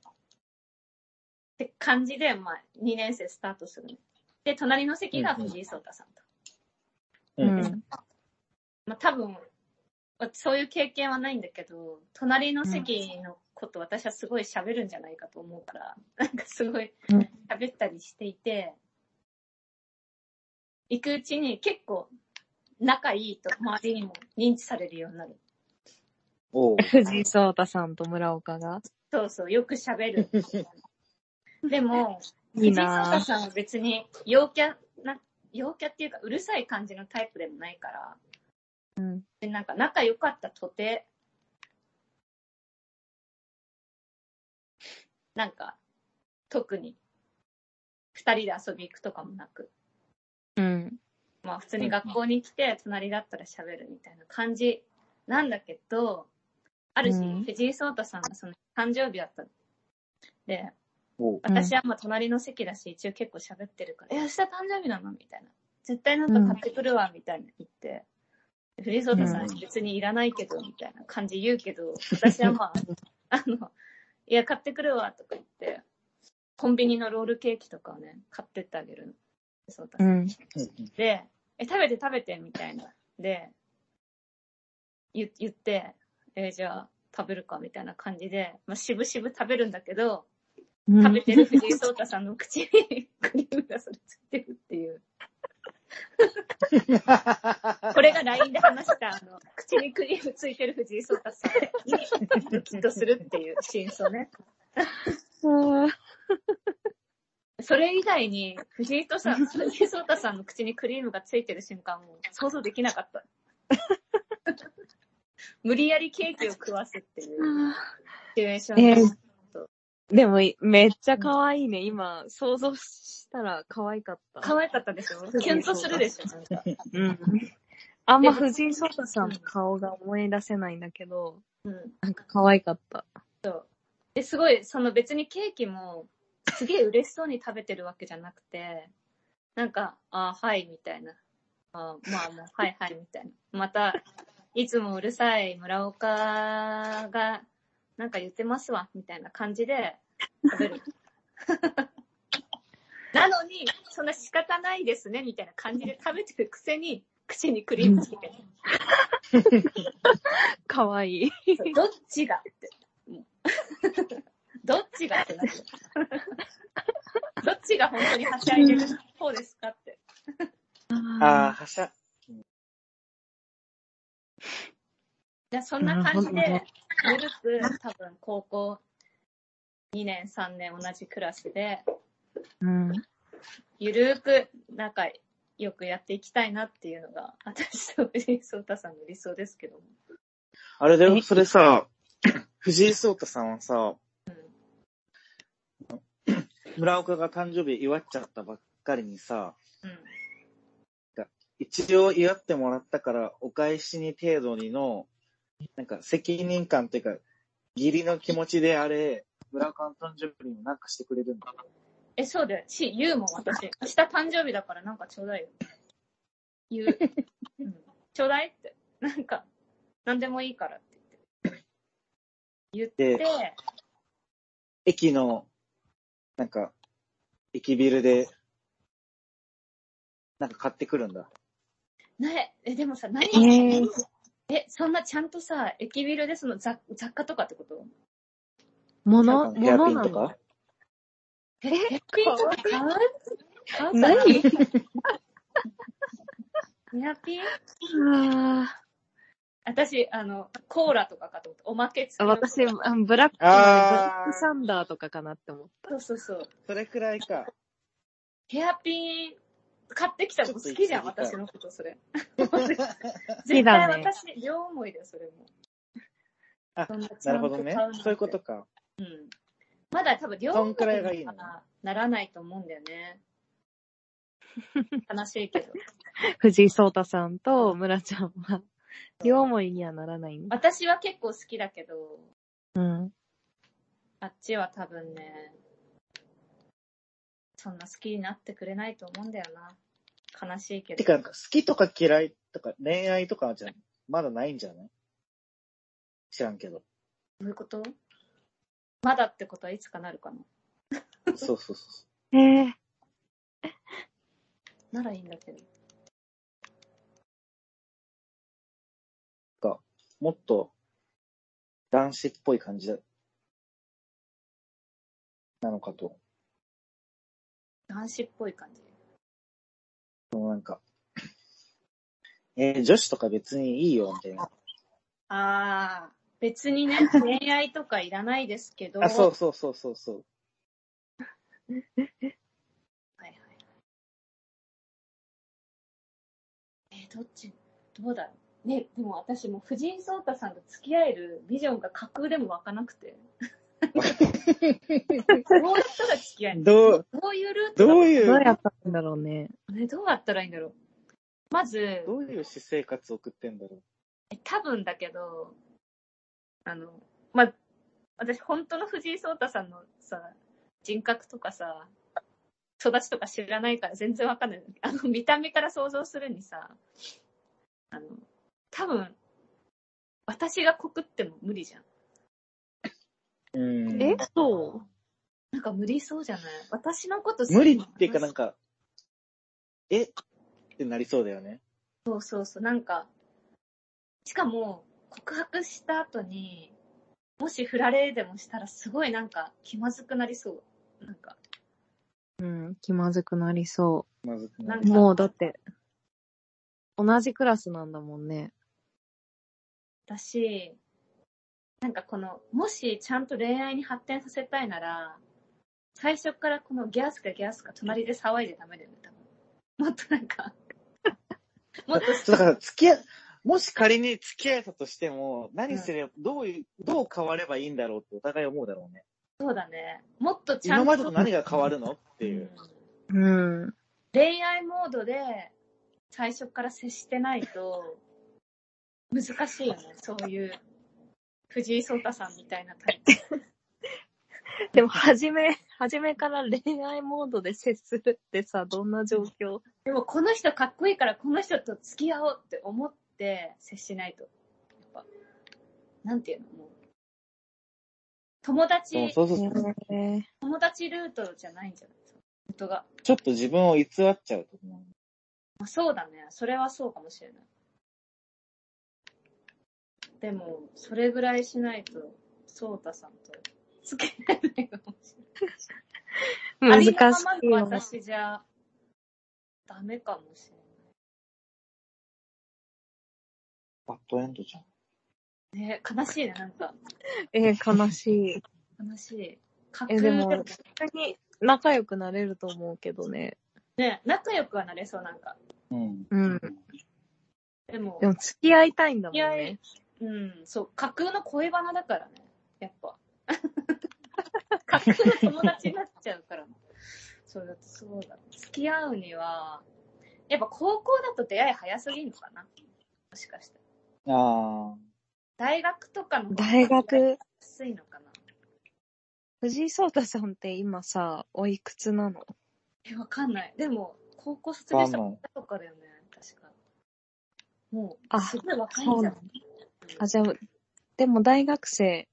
Speaker 1: て感じで、まあ2年生スタートするの。で、隣の席が藤井聡太さんと。
Speaker 2: う
Speaker 3: うん
Speaker 2: ん。
Speaker 1: まあ多分、まあそういう経験はないんだけど、隣の席のこと私はすごい喋るんじゃないかと思うから、 なんかすごい
Speaker 2: うん
Speaker 1: 喋ったりしていて、行くうちに結構仲いいと周りにも認知されるようになる。
Speaker 3: おう。
Speaker 2: 藤井聡太さんと村岡が。
Speaker 1: そうそう、よく喋 る。でも、
Speaker 2: い
Speaker 1: 藤
Speaker 2: い
Speaker 1: 井聡
Speaker 2: な
Speaker 1: 太さ
Speaker 2: ぁ。
Speaker 1: んは別に陽キャな、陽キャっていうかうるさい感じのタイプでもないから、
Speaker 2: うん。
Speaker 1: で、なんか仲良かったとて、なんか、特に、二人で遊び行くとかもなく、
Speaker 2: うん。
Speaker 1: まあ普通に学校に来て、隣だったら喋るみたいな感じなんだけど、ある日
Speaker 2: うん、
Speaker 1: 藤井聡太さんがその誕生日だったの。で、
Speaker 3: おう。
Speaker 2: うん
Speaker 1: 私はまあ隣の席だし、一応結構喋ってるから、え、明日誕生日なのみたいな。絶対なんか買ってくるわ、みたいな言って。フリーソータさん
Speaker 3: うん
Speaker 1: 別にいらないけど、みたいな感じ言うけど、私は まあ、あの、いや、買ってくるわ、とか言って、コンビニのロールケーキとかをね、買ってってあげるの。ソータさ。
Speaker 2: うんん。
Speaker 1: で、え、食べて食べて、みたいな。で、言言って、えじゃあ食べるか、みたいな感じで、まあ、しぶしぶ食べるんだけど、食べてる藤井聡太さんの口に クリームがそれついてるっていう。これが LINE で話した、あの、 口にクリームついてる藤井聡太さんに、ドキッとするっていう真相ね。
Speaker 2: うん
Speaker 1: それ以外に、藤井とさ、藤井聡太さんの口にクリームがついてる瞬間も想像できなか った。無理やりケーキを食わすっていうシチュエーション
Speaker 2: え
Speaker 1: で
Speaker 2: ーでも、めっちゃ可愛いね。今、想像したら可愛かった。
Speaker 1: 可愛かったでしょキュンとするでしょなんか
Speaker 2: うん。あんま藤井聡太さんの顔が思い出せないんだけど、
Speaker 1: うん
Speaker 2: なんか可愛かった。
Speaker 1: ですごい、その別にケーキも、すげえ嬉しそうに食べてるわけじゃなくて、なんか、あーはい、みたいな。あーまあ、もう、はい、はい、みたいな。また、いつもうるさい村岡が、なんか言ってますわ、みたいな感じで食べる。 なのに、そんな仕方ないですね、みたいな感じで食べてるくせに、口にクリームつけてる。
Speaker 2: 可愛い。
Speaker 1: そう どっちがって。どっちがってなる。どっちが本当にはしゃいでる方ですかって。
Speaker 3: ああ、はしゃ。
Speaker 1: じゃあそんな感じで、
Speaker 2: なる
Speaker 1: ゆるく多分高校2年3年同じクラスで、
Speaker 2: うん。
Speaker 1: ゆるく仲良くやっていきたいなっていうのが、私と藤井聡太さんの理想ですけども。
Speaker 3: あれだよ、
Speaker 2: え
Speaker 3: それさ、 藤井聡太さんはさ、村岡が誕生日祝っちゃったばっかりにさ、
Speaker 1: うん。
Speaker 3: 一応祝ってもらったからお返しに程度にの、なんか責任感というか、義理の気持ちであれ、村岡の誕生日にもなんかしてくれるんだ。
Speaker 1: え、そうだよ。し、ゆうも私、明日誕生日だからなんかちょうだいよ。ゆう、うん、ちょうだいって。なんか、なんでもいいからって言って。言っ
Speaker 3: で、
Speaker 1: て、
Speaker 3: 駅の、なんか、駅ビルで、なんか買ってくるんだ。
Speaker 1: ね、え、でもさ、何、
Speaker 2: えー
Speaker 1: え、そんなちゃんとさ、駅ビルでその雑雑貨とかってこと
Speaker 2: もの、
Speaker 3: なんかヘア
Speaker 2: もの
Speaker 3: ピン
Speaker 2: な
Speaker 3: と
Speaker 2: の
Speaker 3: か
Speaker 1: え、ヘッピンとか買う買うかな
Speaker 2: 何
Speaker 1: ヘアピン
Speaker 2: あ
Speaker 1: 私、あの、コーラとかかと思った。おまけつ
Speaker 2: ー私、あブラックのブラックサンダーとかかなって思っ
Speaker 1: そうそうそう。
Speaker 3: それくらいか。
Speaker 1: ヘアピン買ってきたの好きじゃん、
Speaker 3: ちょっと行ってみ
Speaker 1: 私
Speaker 3: たい
Speaker 1: のこと、そ れ。
Speaker 2: き
Speaker 1: 絶対
Speaker 2: だね
Speaker 1: 私、両思いだよ、それも。
Speaker 3: あ
Speaker 1: そんち
Speaker 3: な
Speaker 1: ゃん
Speaker 3: る
Speaker 1: と買う
Speaker 3: ほどね
Speaker 1: なん。て
Speaker 3: そういうことか。
Speaker 1: うん。まだ多分両
Speaker 3: そ
Speaker 1: 思
Speaker 3: んくらいがい
Speaker 1: い
Speaker 3: い
Speaker 1: に
Speaker 3: の
Speaker 1: はならないと思うんだよね。悲しいけ ど。
Speaker 2: た。 藤井聡太さんと村ちゃんは、両思いにはならないんだ。
Speaker 1: 私は結構好きだけど、
Speaker 2: うん。
Speaker 1: あっちは多分ね、そんな好きになってくれないと思うんだよな。悲しいけど。
Speaker 3: てか、好きとか嫌いとか恋愛とかじゃまだないんじゃない知らんけど。
Speaker 1: どういうことまだってことはいつかなるかな。
Speaker 3: そうそうそうそ
Speaker 2: えー、
Speaker 1: ならいいんだけど。
Speaker 3: う。もっと男子っぽい感じだ。なのかと。
Speaker 1: 男子っぽい感じ。
Speaker 3: でもなんか、えー女子とか別にいいよみたいな。
Speaker 1: ああ、別にね、恋愛とかいらないですけど。
Speaker 3: あ、そうそうそうそうそう。
Speaker 1: はいはい。えーどっち、どうだろう。ね、でも私もう藤井聡太さんと付き合えるビジョンが架空でも湧かなくて。どういう人が付き合えるの
Speaker 3: どう、
Speaker 1: どういうルート
Speaker 3: どう
Speaker 1: う
Speaker 3: い
Speaker 2: どうや
Speaker 3: う、
Speaker 2: ったんだろうね。
Speaker 1: ね、どうやったらいいんだろう。まず、
Speaker 3: どういう私生活を送ってんだろ
Speaker 1: え多分だけど、あの、まあ、私本当の藤井聡太さんのさ、人格とかさ、育ちとか知らないから全然わかんない。あの、見た目から想像するにさ、あの、多分、私が告っても無理じゃん。
Speaker 3: う。うん。
Speaker 2: えそ
Speaker 1: なんか無理そうじゃない私のこと
Speaker 3: 無理っていうかなん
Speaker 1: か。
Speaker 3: か、えってなりそうだよね。
Speaker 1: そうそうそう、なんか、しかも、告白した後に、もし振られでもしたらすごいなんか気まずくなりそう。なんか、
Speaker 2: ううん、気まずくなりそ
Speaker 3: まずく
Speaker 1: な
Speaker 3: なんる
Speaker 1: か
Speaker 2: う。もうだって、同じクラスなんだもんね。
Speaker 1: だし、なんかこの、もしちゃんと恋愛に発展させたいなら、最初からこのギャスかギャスか隣で騒いでダメだよね、多分。もっとなんか、もっと
Speaker 3: だから、付き合い、もし仮に付き合えたとしても、何すれば、どういう、どう変わればいいんだろうってお互い思うだろうね。
Speaker 1: そうだね。もっとちゃん
Speaker 3: 今
Speaker 1: と。
Speaker 3: までと何が変わるのっていう。
Speaker 2: うん。
Speaker 1: 恋愛モードで最初から接してないと難しいよね、そういう藤井聡太さんみたいなタイプ。
Speaker 2: でも、はじめ、はじめから恋愛モードで接するってさ、どんな状況
Speaker 1: でもこの人かっこいいからこの人と付き合おうって思って接しないと。やっぱ、なんていうのもう。友
Speaker 3: そう
Speaker 1: 達、
Speaker 3: そうそう。
Speaker 2: ね
Speaker 1: 友達ルートじゃないんじゃない本当が。
Speaker 3: ちょっと自分を偽っちゃうと思う。
Speaker 1: まあ、そうだね。それはそうかもしれない。でも、それぐらいしないと、そうたさんと付き合えないかもしれない。
Speaker 2: 難しい
Speaker 1: ありのま
Speaker 2: よ
Speaker 1: まの私じゃ、ダメかもし
Speaker 3: バッドエンドじゃん。
Speaker 1: れない。ね、悲しいね、なんか。
Speaker 2: えー悲しい。
Speaker 1: 悲しい。架
Speaker 2: え
Speaker 1: 空
Speaker 2: ー、でも、
Speaker 1: でも
Speaker 2: 普通に仲良くなれると思うけどね。
Speaker 1: ね、仲良くはなれそう、なんか。
Speaker 3: うん。
Speaker 2: うん。
Speaker 1: でも
Speaker 2: で、も、付き合いたいんだもん
Speaker 1: 付き合
Speaker 2: ね
Speaker 1: い。うん、そう、架空の恋バナだからね、やっ ぱ。架空の友達になっちゃうから。そうだってそうだ。付き合うには、やっぱ高校だと出会い早すぎんのかなもしかして。
Speaker 3: ああ。
Speaker 1: 大学とかの方が
Speaker 2: 大学、
Speaker 1: 安いのかな
Speaker 2: 藤井聡太さんって今さ、おいくつなの
Speaker 1: え、わかんない。でも、高校卒業したばっかとかだよね、確か。もう、
Speaker 2: あ
Speaker 1: すごい若いんじゃん
Speaker 2: そ。あ、じゃあ、でも大学生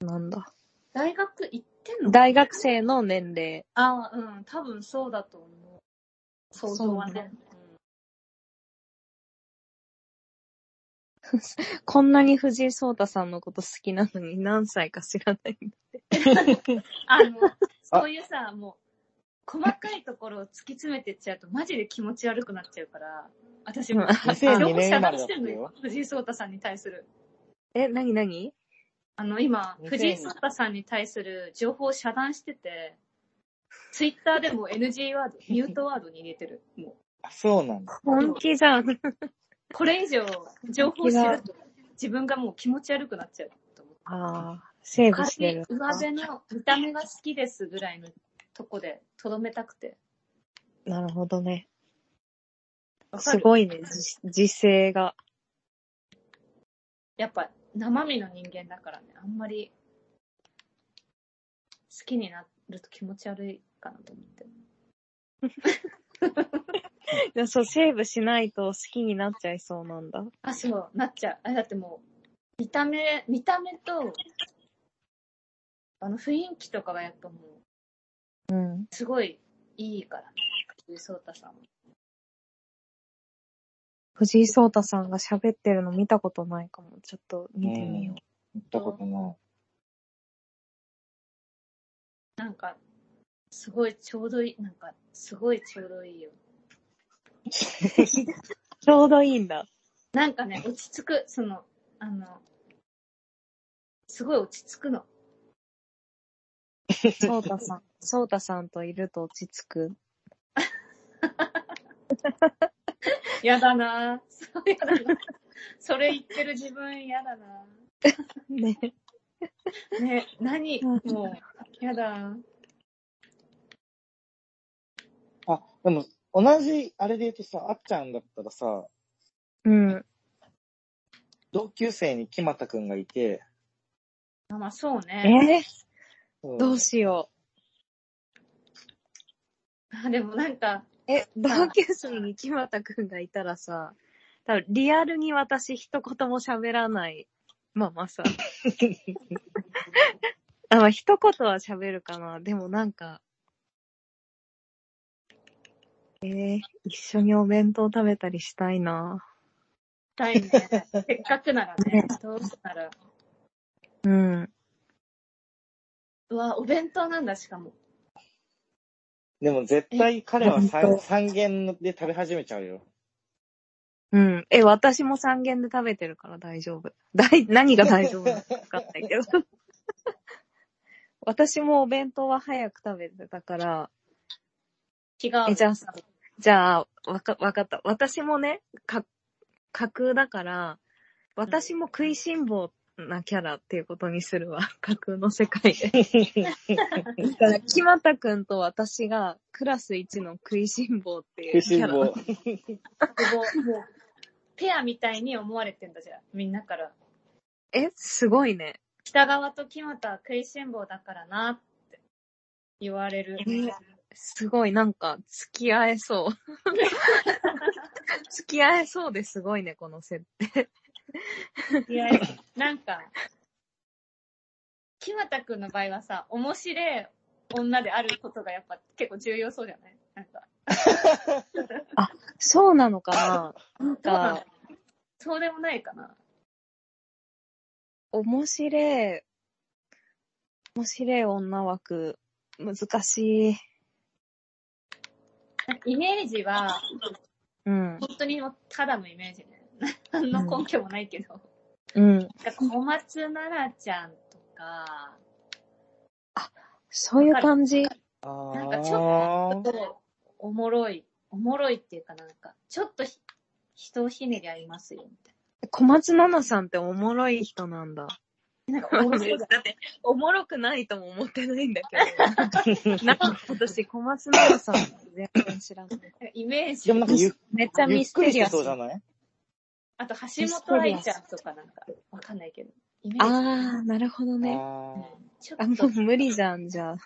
Speaker 2: なんだ。
Speaker 1: 大学行ってんの
Speaker 2: 大学生の年齢。
Speaker 1: ああ、うん、多分そうだと思う。想像はね。
Speaker 2: こんなに藤井聡太さんのこと好きなのに何歳か知らないんだ。
Speaker 1: あの、そういうさ、もう、細かいところを突き詰めてっちゃうと、マジで気持ち悪くなっちゃうから、私も、
Speaker 2: うん
Speaker 3: 2002年生まれだ
Speaker 1: し
Speaker 3: って
Speaker 1: てんの
Speaker 3: よ。
Speaker 1: 藤井聡太さんに対する。
Speaker 2: え、なになに
Speaker 1: あの、今、
Speaker 3: 2002
Speaker 1: 藤井聡太さんに対する情報を遮断してて、ツイッターでも NG ワード、ミュートワードに入れてる。もう、
Speaker 3: あ、そうなんだ。
Speaker 2: 本気じゃん。
Speaker 1: これ以上、情報を知ると、自分がもう気持ち悪くなっちゃうと思って。
Speaker 2: ああ、セーブしてる。
Speaker 1: 上辺の見た目が好きですぐらいのとこで、とどめたくて。
Speaker 2: なるほどね。
Speaker 1: わか
Speaker 2: す
Speaker 1: る
Speaker 2: ごいね、じ時勢が。
Speaker 1: やっぱ生身の人間だからね、あんまり好きになると気持ち悪いかなと思って。
Speaker 2: いやそう、セーブしないと好きになっちゃいそうなんだ。
Speaker 1: あ、そう、なっちゃう。あだってもう、見た目、見た目と、あの雰囲気とかがやっぱもう、
Speaker 2: うん。
Speaker 1: すごいいいからね、藤井聡太さんは。
Speaker 2: 藤井聡太さんが喋ってるの見たことないかも。ちょっと見てみよう。
Speaker 3: 行ったことない。
Speaker 1: なんか、すごいちょうどいい、なんか、すごいちょうどいいよ。
Speaker 2: ちょうどいいんだ。
Speaker 1: なんかね、落ち着く、その、あの、すごい落ち着くの。
Speaker 2: 聡太さん。聡太さんといると落ち着く。
Speaker 1: やだなぁ。そうやだなぁそれ言ってる自分やだな
Speaker 2: ね。
Speaker 1: ぁね、何
Speaker 2: うん
Speaker 1: もう、やだぁ
Speaker 3: あ、でも、同じ、あれで言うとさ、あっちゃんだったらさ、
Speaker 2: うん。
Speaker 3: 同級生に木俣くんがいて、
Speaker 1: あまあそうね。
Speaker 2: え
Speaker 3: そ
Speaker 2: ー、どうしよ
Speaker 1: あでもなんか、
Speaker 2: う。え、同級生に木俣くんがいたらさ、多分リアルに私一言も喋らないまま さ。あ、まあ、一言は喋るかな。でもなんか、えー、一緒にお弁当食べたりしたいな。
Speaker 1: た いね。せっかくならね、どうせなら。
Speaker 2: うん。
Speaker 1: うわ、お弁当なんだ、しかも。
Speaker 3: でも絶対彼は
Speaker 2: え本
Speaker 3: 三
Speaker 2: 当
Speaker 3: 三軒で食べ始めちゃうよ。
Speaker 2: うん。え、私も三軒で食べてるから大丈夫。大、 何が大丈夫なのか分かんないけど。 私もお弁当は早く食べてたから、
Speaker 1: 違う。
Speaker 2: え、じゃあ、じゃあ、わか、わかった。私もね、か、架空だから、私も食いしん坊なキャラっていうことにするわ。 架空の世界で。だから、木又くんと私がクラス1の食いしん坊ってい
Speaker 3: 食
Speaker 2: う
Speaker 3: い
Speaker 2: キ
Speaker 3: しん
Speaker 2: ャラ
Speaker 3: 坊。。
Speaker 1: すごいもう、ペアみたいに思われてんだじゃん。みんなから。
Speaker 2: え、すごいね。
Speaker 1: 北川と木又は食いしん坊だからなって言われる。
Speaker 2: えすごい、なんか、付き合えそう。 付き合えそうですごいね、この設定。
Speaker 1: いや、なんか、木俣くんの場合はさ、面白い女であることがやっぱ結構重要そうじゃないなんか。
Speaker 2: そうなのかななん
Speaker 1: そうなの
Speaker 2: か、
Speaker 1: そうでもないかな。
Speaker 2: 面白い、面白い女枠、難しい。
Speaker 1: なんかイメージは、
Speaker 2: うん。
Speaker 1: 本当にもうただのイメージね。 何の根拠もないけど。
Speaker 2: うん。
Speaker 1: なんか小松菜奈ちゃんとか、
Speaker 2: そういう感じ。
Speaker 1: なんかちょっとおもろい、おもろいっていうかなんか、ちょっとひ人ひねりありますよ、みたい
Speaker 2: 小松菜奈さんっておもろい人なんだ。
Speaker 1: な。なんか おもろいじゃん
Speaker 2: おもろくないとも思ってないんだけ ど。なんか私、小松菜奈さん全然知らない。
Speaker 1: イメージ。
Speaker 3: でもなんかゆっ
Speaker 2: めっちゃ
Speaker 3: ゆ
Speaker 2: ミ
Speaker 3: っ
Speaker 2: ス
Speaker 3: く
Speaker 2: テ
Speaker 3: りし
Speaker 2: リ
Speaker 3: て
Speaker 2: アス。
Speaker 3: そうじゃ
Speaker 2: あ
Speaker 3: ない
Speaker 1: あと、橋本愛ちゃんとかなんか、わかんないけど。イメージ。
Speaker 2: あー、なるほどね。
Speaker 1: う
Speaker 3: あ
Speaker 1: ん
Speaker 3: ー
Speaker 1: ちょ
Speaker 2: あ、
Speaker 1: っ
Speaker 2: も
Speaker 1: と
Speaker 2: う、無理じゃん、じゃあ。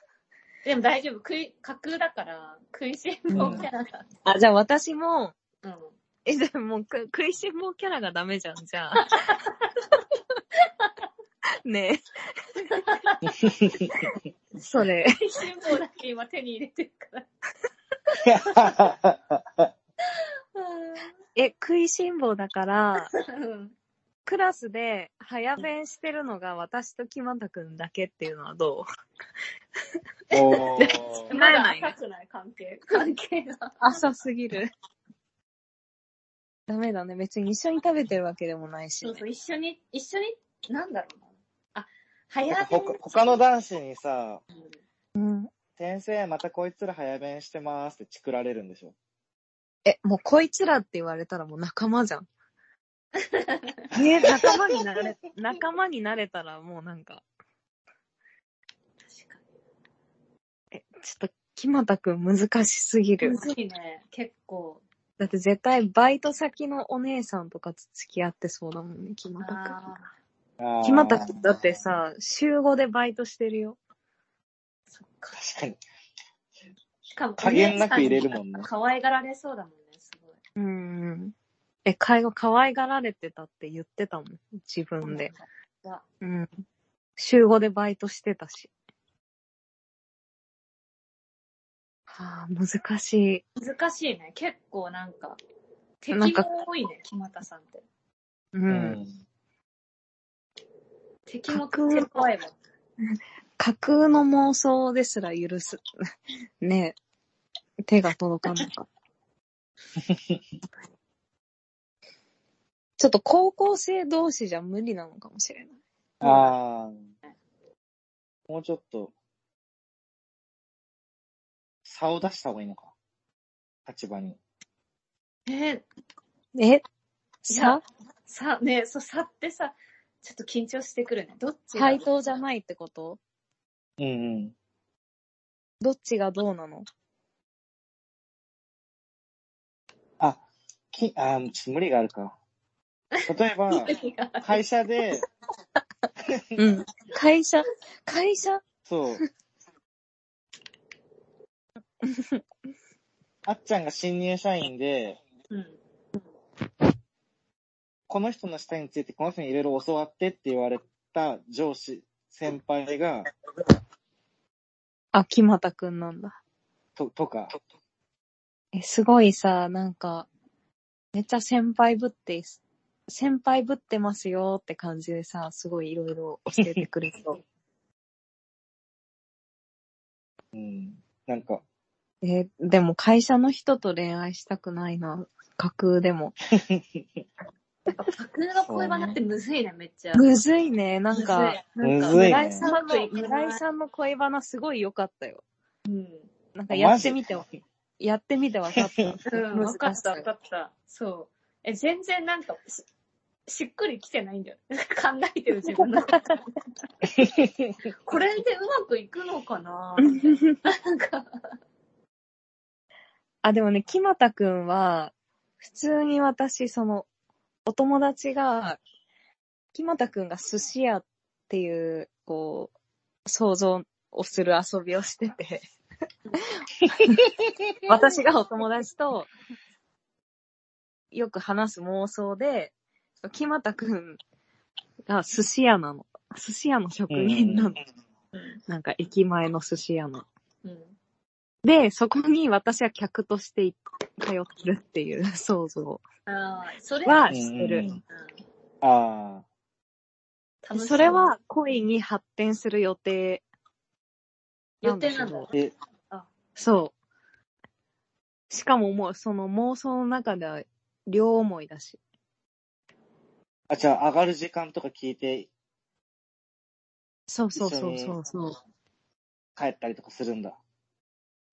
Speaker 1: でも大丈夫。食い、架空だから、食いしん坊キャラだ。
Speaker 2: あ、じゃあ私も、
Speaker 1: うん。
Speaker 2: え、じゃあもうく食いしん坊キャラがダメじゃん、じゃあ。 ねえ。 それ。
Speaker 1: 食いしん坊だけ今手に入れてるから。
Speaker 2: え、食いしん坊だから、
Speaker 1: うん。
Speaker 2: クラスで早弁してるのが私と木又くんだけっていうのはどう
Speaker 3: おー
Speaker 1: まだ浅くない関係。関係が。
Speaker 2: 浅すぎる。ダメだね。別に一緒に食べてるわけでもないし、
Speaker 1: そう
Speaker 2: ね。
Speaker 1: そう、一緒に、一緒に、なんだろうな。あ、早
Speaker 3: なんか
Speaker 1: 弁
Speaker 3: ほか他の男子にさ、
Speaker 2: うん。
Speaker 3: 先生、またこいつら早弁してますってチクられるんでしょ。
Speaker 2: え、もうこいつらって言われたらもう仲間じゃん。ね仲間になれ、仲間になれたらもうなんか、
Speaker 1: 確か
Speaker 2: ちょっと、木又くん難しすぎ
Speaker 1: に。
Speaker 2: る
Speaker 1: む。ずいね。結構。
Speaker 2: だって絶対バイト先のお姉さんとかと付き合ってそうだもんね、木又くん。
Speaker 1: ああ、
Speaker 3: あー
Speaker 2: 木又くんだってさ、週5でバイトしてるよ。
Speaker 1: そっか。
Speaker 3: 確かに。
Speaker 1: しかも、
Speaker 3: 加減なく入れる
Speaker 1: お
Speaker 3: もんね
Speaker 1: 姉さに可愛がられそうだもんね、すごい。
Speaker 2: うんうん。え、会話可愛がられてたって言ってたもん、自分で。
Speaker 1: が
Speaker 2: うん。週5でバイトしてたし。はあ、難しい。
Speaker 1: 難しいね。結構なんか、敵
Speaker 2: なんか
Speaker 1: も多いね、木又さんって。
Speaker 2: うん。
Speaker 1: 敵も結構怖いもん。
Speaker 2: 架空の妄想ですら許す。 ねえ。手が届かな かった。ちょっと高校生同士じゃ無理なのかもしれない。
Speaker 3: ああ。もうちょっと、差を出した方がいいのか。立場に。
Speaker 1: え
Speaker 2: え
Speaker 1: いや
Speaker 2: さ
Speaker 1: さ、ねそう、さってさ、ちょっと緊張してくるね。どっちが
Speaker 2: 対等じゃないってこと
Speaker 3: うんうん。
Speaker 2: どっちがどうなの
Speaker 3: あ、き、あー、ちょっと無理があるか。例えば、 会社で、
Speaker 2: うん。会社、会社
Speaker 3: そう。あっちゃんが新入社員で、
Speaker 1: うん。
Speaker 3: この人の下についてこの人にいろいろ教わってって言われた上司、先輩が、
Speaker 2: あ、木又くんなんだ。
Speaker 3: と、とか、
Speaker 2: え、すごいさ、なんか、めっちゃ先輩ぶって、先輩ぶってますよって感じでさ、すごいいろいろ教えてく れそう。
Speaker 3: うん、なんか、
Speaker 2: え、でも会社の人と恋愛したくないな。架空でも。
Speaker 1: やっぱ架空の恋バナってむずいね、めっちゃ。
Speaker 2: むずいね。なんか、
Speaker 1: むずい、
Speaker 3: む
Speaker 1: なん
Speaker 3: ず
Speaker 1: かう
Speaker 2: 村井さんの、
Speaker 3: いね。
Speaker 1: ん
Speaker 2: 村井さんの恋バナすごい良かったよ。
Speaker 1: うん。
Speaker 2: なんかやってみ
Speaker 3: み
Speaker 2: て、やってみて分か った。
Speaker 1: うん、
Speaker 2: 難しい
Speaker 1: 分かった、分かった。そう。え、全然なんかし、しっくりきてないんだよ。 考えてる自 分の中で。これでうまくいくのかななんか、
Speaker 2: あ、でもね、木又くんは、普通に私、その、お友達が、木又くんが寿司屋っていう、こう、想像をする遊びをして て、 私がお友達と、よく話す妄想で、木又くんが寿司屋なの。寿司屋の職人なの。なんか駅前の寿司屋の。
Speaker 1: うん。
Speaker 2: で、そこに私は客としてい通ってるっていう想像
Speaker 1: ああ、それは、
Speaker 2: はして
Speaker 3: うん
Speaker 2: る。
Speaker 3: あ
Speaker 1: うん
Speaker 2: それ、は恋に発展する予定
Speaker 1: 楽しそう予定なんだ
Speaker 2: なん。
Speaker 3: あ。え、
Speaker 2: そう。しかももうその妄想の中では両思いだし。
Speaker 3: あ、じゃあ上がる時間とか聞いて
Speaker 2: そうそうそうそうそう。も
Speaker 3: 帰ったりとかするんだ。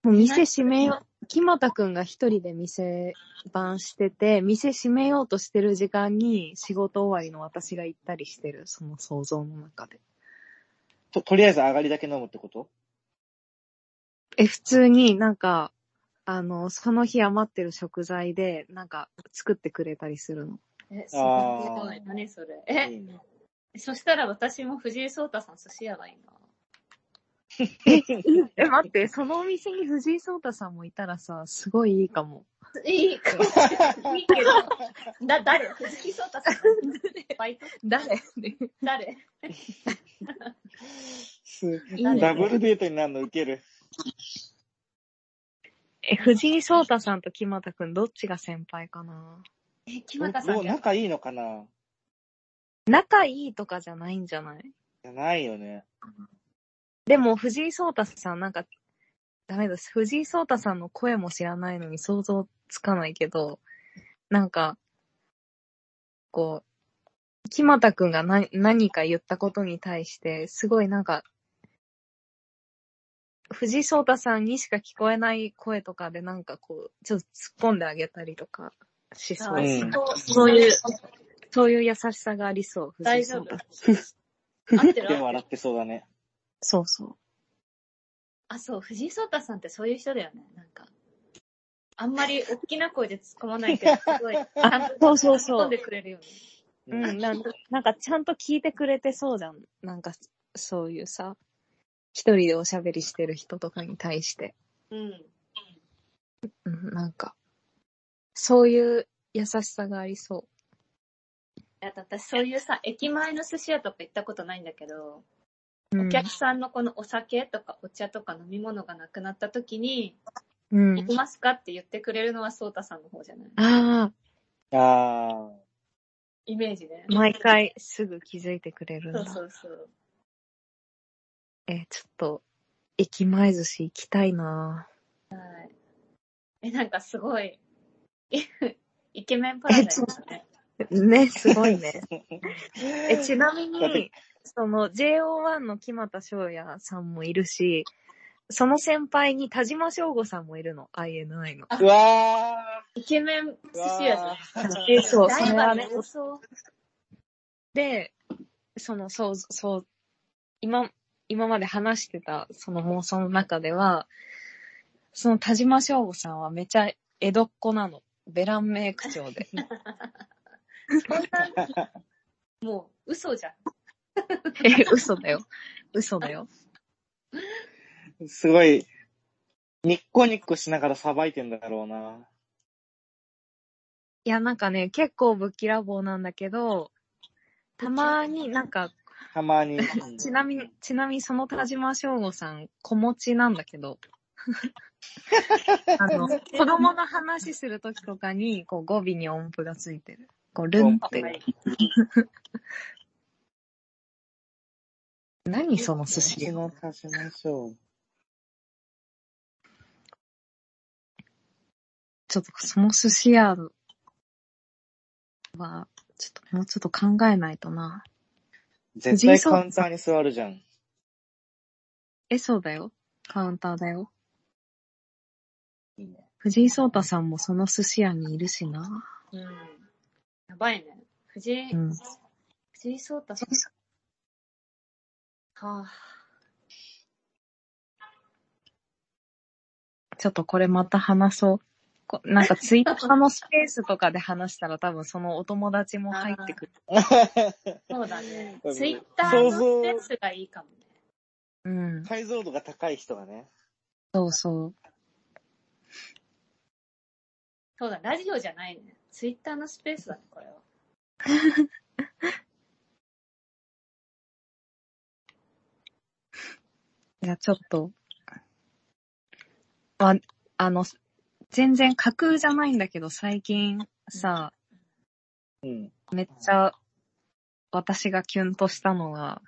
Speaker 2: う店閉めよう。木又くんが一人で店番してて、店閉めようとしてる時間に仕事終わりの私が行ったりしてる、その想像の中で。
Speaker 3: と、とりあえず上がりだけ飲むってこと
Speaker 2: え、普通になんか、あの、その日余ってる食材で、なんか、作ってくれたりするの。
Speaker 1: え、すご
Speaker 3: あ
Speaker 1: い。
Speaker 3: ー
Speaker 1: 何それ。
Speaker 3: い
Speaker 1: え、
Speaker 3: いね。
Speaker 1: そしたら私も藤井聡太さん寿司屋がいいな。
Speaker 2: え、待って、そのお店に藤井聡太さんもいたらさ、すごいいいかも。
Speaker 1: いい かもいいけど。だ、誰藤井聡太さん。バイト
Speaker 2: 誰
Speaker 1: 誰
Speaker 3: す
Speaker 1: ね
Speaker 3: ダブルデートになるの受ける。
Speaker 2: え、藤井聡太さんと木又くん、どっちが先輩かな
Speaker 1: え、木
Speaker 3: ど
Speaker 1: 俣さん
Speaker 3: う
Speaker 1: じゃん。
Speaker 3: 仲いいのかな
Speaker 2: 仲いいとかじゃないんじゃない
Speaker 3: じゃないよね。
Speaker 2: でも、藤井聡太さん、なんか、ダメです。藤井聡太さんの声も知らないのに想像つかないけど、なんか、こう、木又くんが何何か言ったことに対して、すごいなんか、藤井聡太さんにしか聞こえない声とかでなんかこう、ちょっと突っ込んであげたりとかし
Speaker 1: あ
Speaker 2: そう。
Speaker 1: ー
Speaker 3: うん
Speaker 1: そう
Speaker 2: そういう、そういう優しさがありそう。藤井
Speaker 1: 大丈
Speaker 2: 聡
Speaker 1: 夫
Speaker 2: 太さん。
Speaker 1: 合っ
Speaker 3: で
Speaker 1: てる
Speaker 3: 笑ってそうだね。
Speaker 2: そうそう。
Speaker 1: あ、そう、藤井聡太さんってそういう人だよね、なんか。あんまり大きな声で突っ込まないけ ど、すごい、ちゃんと
Speaker 2: そうそうそう
Speaker 1: 突っ込んでくれるよね。
Speaker 2: う
Speaker 3: う ん
Speaker 2: ん、なんなんかちゃんと聞いてくれてそうじゃん。なんか、そういうさ、一人でおしゃべりしてる人とかに対して。
Speaker 1: うん。
Speaker 2: うん、なんか、そういう優しさがありそ
Speaker 1: あと私そういうさ、駅前の寿司屋とか行ったことないんだけど、
Speaker 2: う。
Speaker 1: お客さんのこのお酒とかお茶とか飲み物がなくなった時に、
Speaker 2: うん。う
Speaker 1: 行
Speaker 2: ん
Speaker 1: き、ますかって言ってくれるのは聡太さんの方じゃない
Speaker 2: あ
Speaker 3: あ
Speaker 1: イメージね
Speaker 2: あ、。毎回すぐ気づいてくれる
Speaker 1: そ
Speaker 2: んだ。
Speaker 1: うそうそう。
Speaker 2: え、ちょっと、駅前寿司行きたいな
Speaker 1: え、なんかすごい、 イケメンパラダイスだね。
Speaker 2: ね、すごい ね。
Speaker 3: ー。
Speaker 2: え、ちなみ
Speaker 3: だって
Speaker 2: に、その JO1 の木又翔也さんもいるし、その先輩に田島翔吾さんもいるの、INI の。
Speaker 3: うわ
Speaker 1: イケメン
Speaker 3: ー。
Speaker 1: 寿司屋じゃん。
Speaker 2: えそう
Speaker 1: ラ
Speaker 2: そ
Speaker 1: イ
Speaker 2: れ
Speaker 1: バ
Speaker 2: は
Speaker 1: ル
Speaker 2: ね
Speaker 1: 多そう。
Speaker 2: で、その、そう、そう、今、今まで話してた、その妄想の中では、その田島翔吾さんはめちゃ江戸っ子なの。ベランメイク調で。
Speaker 1: そんな、もう、嘘じゃん。
Speaker 2: え、嘘だよ。嘘だよ。
Speaker 3: すごい、ニッコニッコしながらさばいてんだろうな。
Speaker 2: いや、なんかね、結構ぶっきらぼうなんだけど、たまになんか、
Speaker 3: たまに。
Speaker 2: ちなみに、ちなみにその田島翔吾さん、子持ちなんだけ ど、あの、子供の話するときとかに、こう語尾に音符がついてる。こう、ルンっ
Speaker 1: は
Speaker 2: て。
Speaker 1: い。
Speaker 2: 何その寿司。
Speaker 3: の田島翔
Speaker 2: ちょっとその寿司屋は、ちょっともうちょっと考えないとな。
Speaker 3: 絶対カウンターに座る じゃん。
Speaker 2: え、そうだよ。カウンターだよ。
Speaker 3: いいね。
Speaker 2: 藤井聡太さんもその寿司屋にいるしな。
Speaker 1: うん。やばいね。藤井、
Speaker 2: うん。
Speaker 1: 藤井聡太さん。はあ、
Speaker 2: ちょっとこれまた話そう。こなんかツイッターのスペースとかで話したら多分そのお友達も入ってくる。
Speaker 1: そうだね
Speaker 3: 多。分
Speaker 1: ツイッターのスペースがいいかもね。
Speaker 2: うん。
Speaker 3: 解像度が高い人がね。
Speaker 2: そうそう。
Speaker 1: そうだ、ラジオじゃないね。ツイッターのスペースだね、これは。
Speaker 2: いや、ちょっと。あ、あの、全然架空じゃないんだけど、最近さ、
Speaker 3: うん。
Speaker 2: めっちゃ私がキュンとしたのが、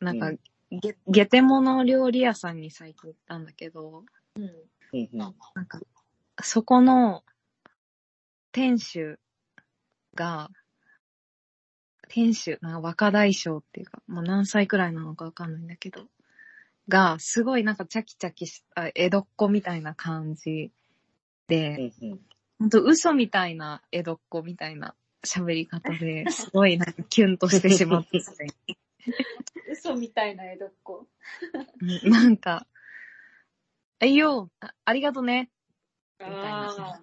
Speaker 2: なんか、
Speaker 3: う
Speaker 2: げ、ゲテモノ料理屋さんに最近行ったんだけど、
Speaker 1: うん。
Speaker 3: うんうん。
Speaker 2: なんか、そこの店主が、店主、なんか若大将っていうか、もう何歳くらいなのかわかんないんだけど、が、すごいなんかチャキチャキした、江戸っ子みたいな感じ
Speaker 3: う
Speaker 2: で、
Speaker 3: んうん。
Speaker 2: ほんと嘘みたいな江戸っ子みたいな喋り方で、すごいなんかキュンとしてしまって、
Speaker 1: 嘘みたいな江戸っ子。
Speaker 2: うんなんか、えいよ、あありがとね。みたい
Speaker 1: あ
Speaker 2: な
Speaker 3: あ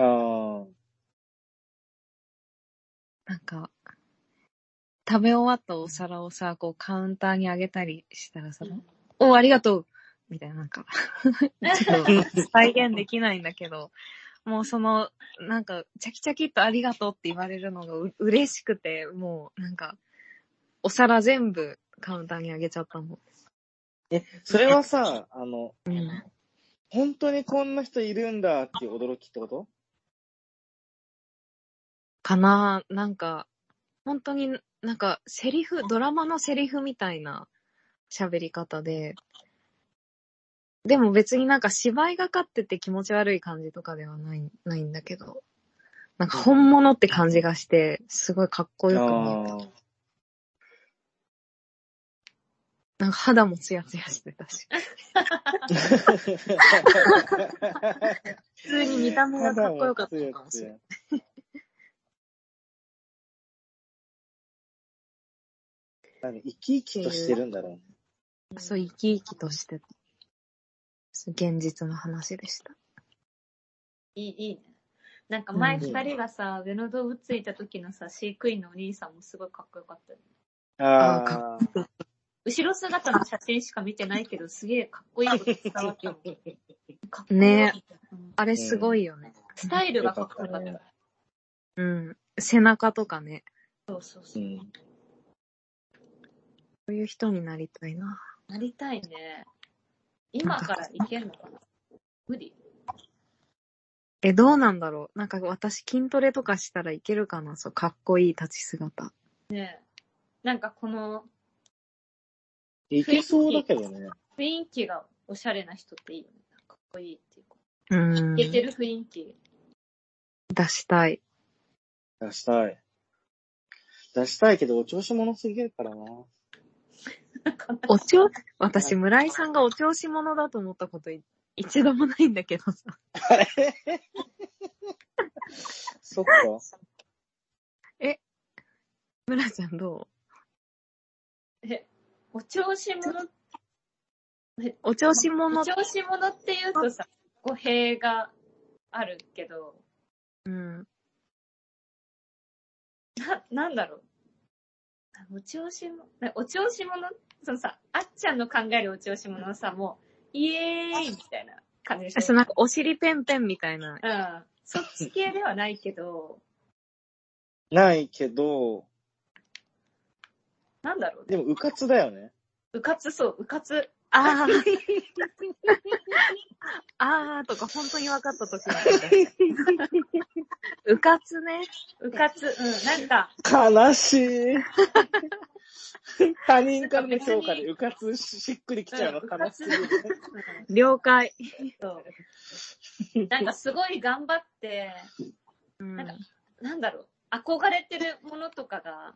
Speaker 3: あ。
Speaker 2: なんか、食べ終わったお皿をさ、こうカウンターにあげたりしたら
Speaker 1: あ
Speaker 2: さ、。お、ありがとうみたいな、なんか、ちょっと再現できないんだけど、もうその、なんか、チャキチャキっとありがとうって言われるのがう嬉しくて、もう、なんか、お皿全部カウンターにあげちゃったもん。
Speaker 3: え、それはさ、あの、
Speaker 2: うん。
Speaker 3: 本当にこんな人いるんだっていう驚きってこと
Speaker 2: かななんか、本当になんか、セリフ、ドラマのセリフみたいな喋り方で、でも別になんか芝居がかってて気持ち悪い感じとかではない、ないんだけど、なんか本物って感じがして、すごいかっこよく見えた。
Speaker 3: あ
Speaker 2: なんか肌もツヤツヤしてたし。
Speaker 3: あ。
Speaker 2: 普通に見た目がかっこよかったのかもしれない。
Speaker 3: ない。生き生きとしてるんだろうね。
Speaker 2: そう、生き生きとしてた。そう現実の話でした。
Speaker 1: いい、いいね。なんか前
Speaker 2: うん
Speaker 1: 二人がさ、上野動物園行った時のさ、飼育員のお兄さんもすごいかっこよかったよね。
Speaker 2: あー
Speaker 3: ああ。
Speaker 1: 後ろ姿の写真しか見てないけど、すげえかっこいいこと伝わったもん。かっこいい
Speaker 2: ね
Speaker 1: うん
Speaker 2: あれすごいよね。
Speaker 1: スタイルがかっこよかった
Speaker 3: よ
Speaker 1: よ
Speaker 3: か。
Speaker 2: うん。背中とかね。
Speaker 1: そうそうそうう。
Speaker 3: ん。
Speaker 2: そういう人になりたいな。
Speaker 1: なりたいね。今からいけんのかな無理。
Speaker 2: え、どうなんだろうなんか私筋トレとかしたらいけるかなそう、かっこいい立ち姿。
Speaker 1: なんかこの
Speaker 3: いけそうだけどね。
Speaker 1: 雰囲気がおしゃれな人っていいよね。かっこいいっていうか。
Speaker 2: うん。
Speaker 1: いけてる雰囲気。
Speaker 2: 出したい。
Speaker 3: 出したい。出したいけど、お調子者すぎるからな。
Speaker 2: お調、私、村井さんがお調子者だと思ったことい一度もないんだけどさ。
Speaker 3: あれそっか。
Speaker 2: 村ちゃんど
Speaker 1: え、お調子者、
Speaker 2: うお調子者
Speaker 1: お、調子者って言うとさ、語弊があるけど、
Speaker 2: うん。
Speaker 1: な、なんだろう。お調子者、なお調子者、そのさ、あっちゃんの考えるお調子者はさ、もう、イエーイみたいな感じでしょ。
Speaker 2: そう、なんかお尻ペンペンみたいな。
Speaker 1: うん。そっち系ではないけど、
Speaker 3: ないけど、
Speaker 1: なんだろうね。
Speaker 3: でも、うかつだよね。
Speaker 1: うかつそう、うかつ。
Speaker 2: あー。あーとか本当に分かった時がある。 うかつね。
Speaker 1: うかつ、うん、なんか、
Speaker 3: 悲し い。他人からの評価でうかつししっくりきちゃうの
Speaker 1: うん
Speaker 3: 悲しい。
Speaker 1: うん
Speaker 2: 了解。
Speaker 1: そう。なんかすごい頑張って、
Speaker 2: うん
Speaker 1: なんかなんだろう、憧れてるものとかが、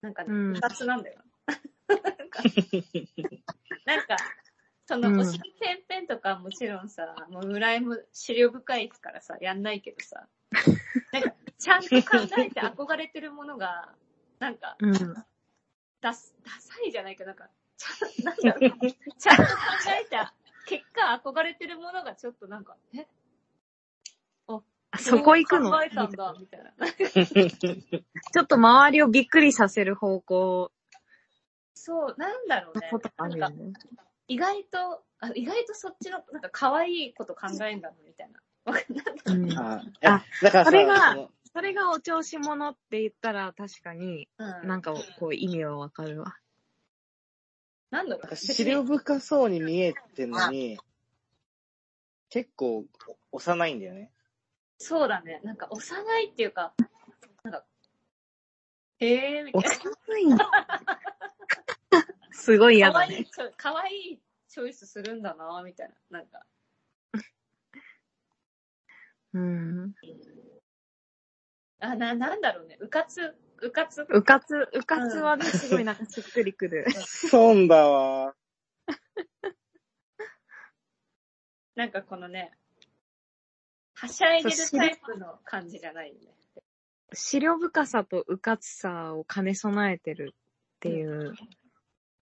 Speaker 1: なんかね、
Speaker 2: うん
Speaker 1: 複雑なんだよ。 なんか、その、
Speaker 2: うん
Speaker 1: お尻てんぺんとかはもちろんさ、もう村井も資料深いからさ、やんないけど さ、なんか、ちゃんと考えて憧れてるものが、なんか、
Speaker 2: うん。
Speaker 1: ダスダサいじゃないけど、なんか、ちゃんなんだろう、ちゃんと考えた結果、憧れてるものがちょっとなんか、え
Speaker 2: あそこ行くの
Speaker 1: 考えたんだ、みたいな。
Speaker 2: ちょっと周りをびっくりさせる方向
Speaker 1: そう、なんだろう
Speaker 2: な
Speaker 1: ね。
Speaker 2: ことある
Speaker 1: な
Speaker 2: よ
Speaker 1: んか、
Speaker 2: ね。
Speaker 1: 意外と、あ意外とそっちの、なんか可愛いこと考えんだな、みたいな。わかんない
Speaker 2: うん
Speaker 3: あ
Speaker 2: あ
Speaker 3: だからさ
Speaker 2: それが
Speaker 3: の
Speaker 2: それがお調子者って言ったら確かに、
Speaker 1: うん。
Speaker 2: なんかこう意味はわかるわ。
Speaker 1: なんだろ
Speaker 3: なん
Speaker 1: う
Speaker 3: か。資料深そうに見えてんのに、結構幼いんだよね。
Speaker 1: そうだね。なんか幼いっていうか、なんか、えー、みたい
Speaker 2: いの すごい
Speaker 1: な。
Speaker 2: 嫌
Speaker 1: 可
Speaker 2: だ
Speaker 1: 愛
Speaker 2: ね。
Speaker 1: いチョイ、可愛いチョイスするんだな、みたいな。なんか、
Speaker 2: うん。
Speaker 1: あ、な、なんだろうね。うかつ、うかつ。
Speaker 2: うかつ、うかつはね、すごいなんかしっくりくる。
Speaker 3: 損だわ。
Speaker 1: なんかこのね、はしゃいでるタイプの感じじゃないよね。
Speaker 2: 資料深さとうかつさを兼ね備えてるっていう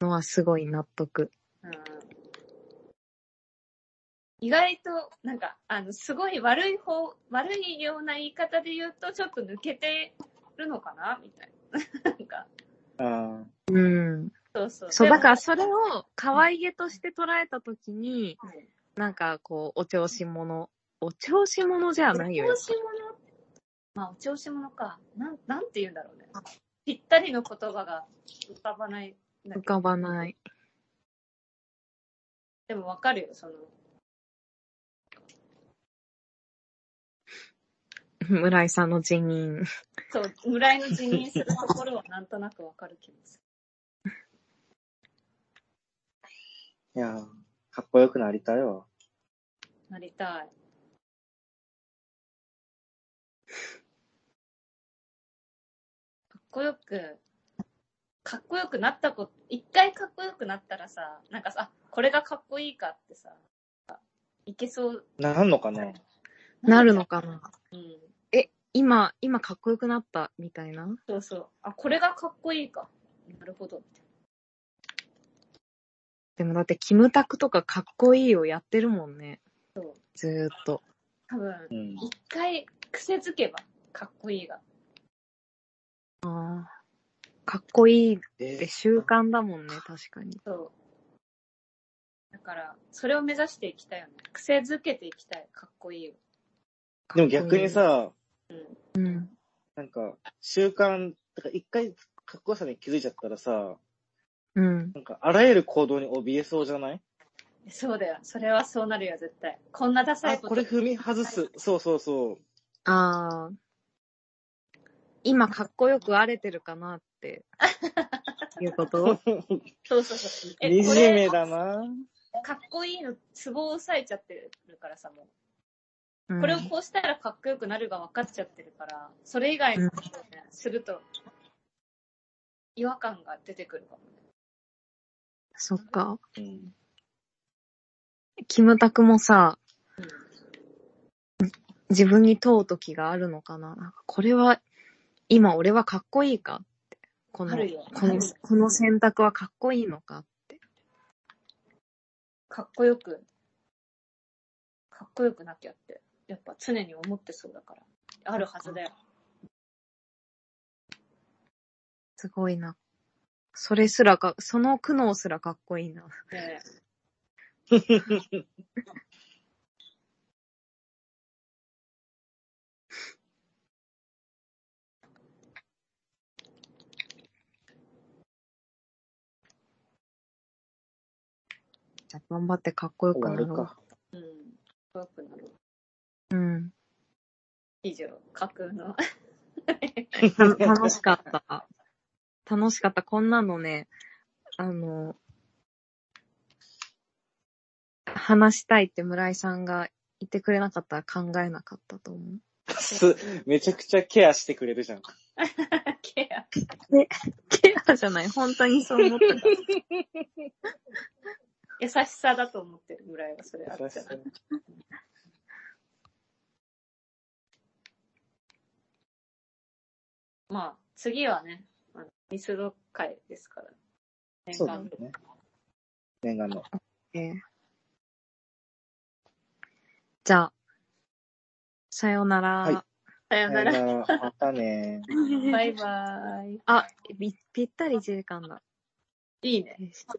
Speaker 2: のはすごい納得。
Speaker 1: うん意外と、なんか、あの、すごい悪い方、悪いような言い方で言うと、ちょっと抜けてるのかなみたいな。 なんか、
Speaker 3: うん。
Speaker 2: うん。
Speaker 1: そうそう。
Speaker 2: そう、
Speaker 1: でも
Speaker 2: だからそれを可愛げとして捉えたときに、なんかこう、お調子者。お調子者じゃないよ
Speaker 1: お。調子者まあ、お調子者か。なん、なんて言うんだろうね。ぴったりの言葉が浮かばないんだけど。
Speaker 2: 浮かばない。
Speaker 1: でもわかるよ、その。
Speaker 2: 村井さんの辞 任。
Speaker 1: そう、村井の辞任するところはなんとなくわかる気もする。
Speaker 3: いやー、かっこよくなりたいわ。
Speaker 1: なりたい。かっこよく、かっこよくなったこと、一回かっこよくなったらさ、なんかさ、あこれがかっこいいかってさ、いけそう。
Speaker 3: なんのかな
Speaker 2: なるのかな
Speaker 1: うん。
Speaker 2: 今、今かっこよくなったみたいな。
Speaker 1: そうそう。あ、これがかっこいいか。なるほど。
Speaker 2: でもだって、キムタクとかかっこいいをやってるもんね。
Speaker 1: そう。
Speaker 2: ずーっと。
Speaker 1: 多分、
Speaker 3: うん。
Speaker 1: 一回癖づけば、かっこいいが。
Speaker 2: あーかっこいいっ
Speaker 3: え
Speaker 2: て習慣だもんね、確かに。
Speaker 1: そう。だから、それを目指していきたいよね。癖づけていきたい。かっこいいを。
Speaker 3: でも逆に
Speaker 2: かっ
Speaker 3: さ、
Speaker 2: こいい、うん。
Speaker 3: なんか、習慣、だから一回かっこよさに気づいちゃったらさ、
Speaker 2: うん。
Speaker 3: なんかあらゆる行動に怯えそうじゃない
Speaker 1: そうだよ。それはそうなるよ、絶対。こんなダサ
Speaker 3: あ、
Speaker 1: いこと。
Speaker 3: これ踏み外す。そうそうそう。
Speaker 2: ああ。今かっこよく荒れてるかなって。い うこ
Speaker 1: そ
Speaker 2: と
Speaker 1: うそうそう。
Speaker 3: 惨
Speaker 1: え、こ
Speaker 3: め
Speaker 1: れ、
Speaker 3: だな
Speaker 1: かっこいいの、ツボを押さえちゃってるからさ、も
Speaker 2: う
Speaker 1: う。
Speaker 2: ん
Speaker 1: これをこうしたらかっこよくなるが分かっちゃってるから、それ以外のことをね、すると、違和感が出てくるかもね。
Speaker 2: そっか。
Speaker 3: うん。
Speaker 2: キムタクもさ、
Speaker 1: うん
Speaker 2: 自分に問う時があるのかな。なんかこれは、今俺はかっこいいかって。この、
Speaker 1: あるよ
Speaker 2: この、この選択はかっこいいのかって。
Speaker 1: かっこよく、かっこよくなきゃって、やっぱ常に思ってそうだから。あるはずだよ。
Speaker 2: すごいな。それすらか、その苦悩すらかっこいいな。
Speaker 1: ねえ
Speaker 2: じゃあ頑張ってかっこよ
Speaker 3: 終
Speaker 2: く
Speaker 3: わ
Speaker 2: な
Speaker 3: る
Speaker 2: ろう。
Speaker 3: か。
Speaker 1: うん。かっこよくなる。
Speaker 2: うん。
Speaker 1: 以上、架空の。
Speaker 2: た楽しかった。楽しかった。こんなのね、あの、話したいって村井さんが言ってくれなかったら考えなかったと思う。
Speaker 3: す、 めちゃくちゃケアしてくれるじゃん。
Speaker 1: ケア。
Speaker 2: ケアじゃない。本当にそう思ってた。
Speaker 1: 優しさだと思ってるぐらいはそれある
Speaker 3: 優し
Speaker 1: じゃ
Speaker 3: さ
Speaker 1: ない。まあ、次はね、あのミスド会ですから。年
Speaker 3: そうだ
Speaker 1: 間
Speaker 3: ね。念願の。
Speaker 2: えー じゃあ、さようなら。
Speaker 3: はい
Speaker 1: さよ
Speaker 3: さ
Speaker 1: な
Speaker 3: よな
Speaker 1: ら。
Speaker 3: らまたね。
Speaker 1: バイバーイ。
Speaker 2: あ、ぴぴったり1時間だ。
Speaker 1: いいね。
Speaker 2: えー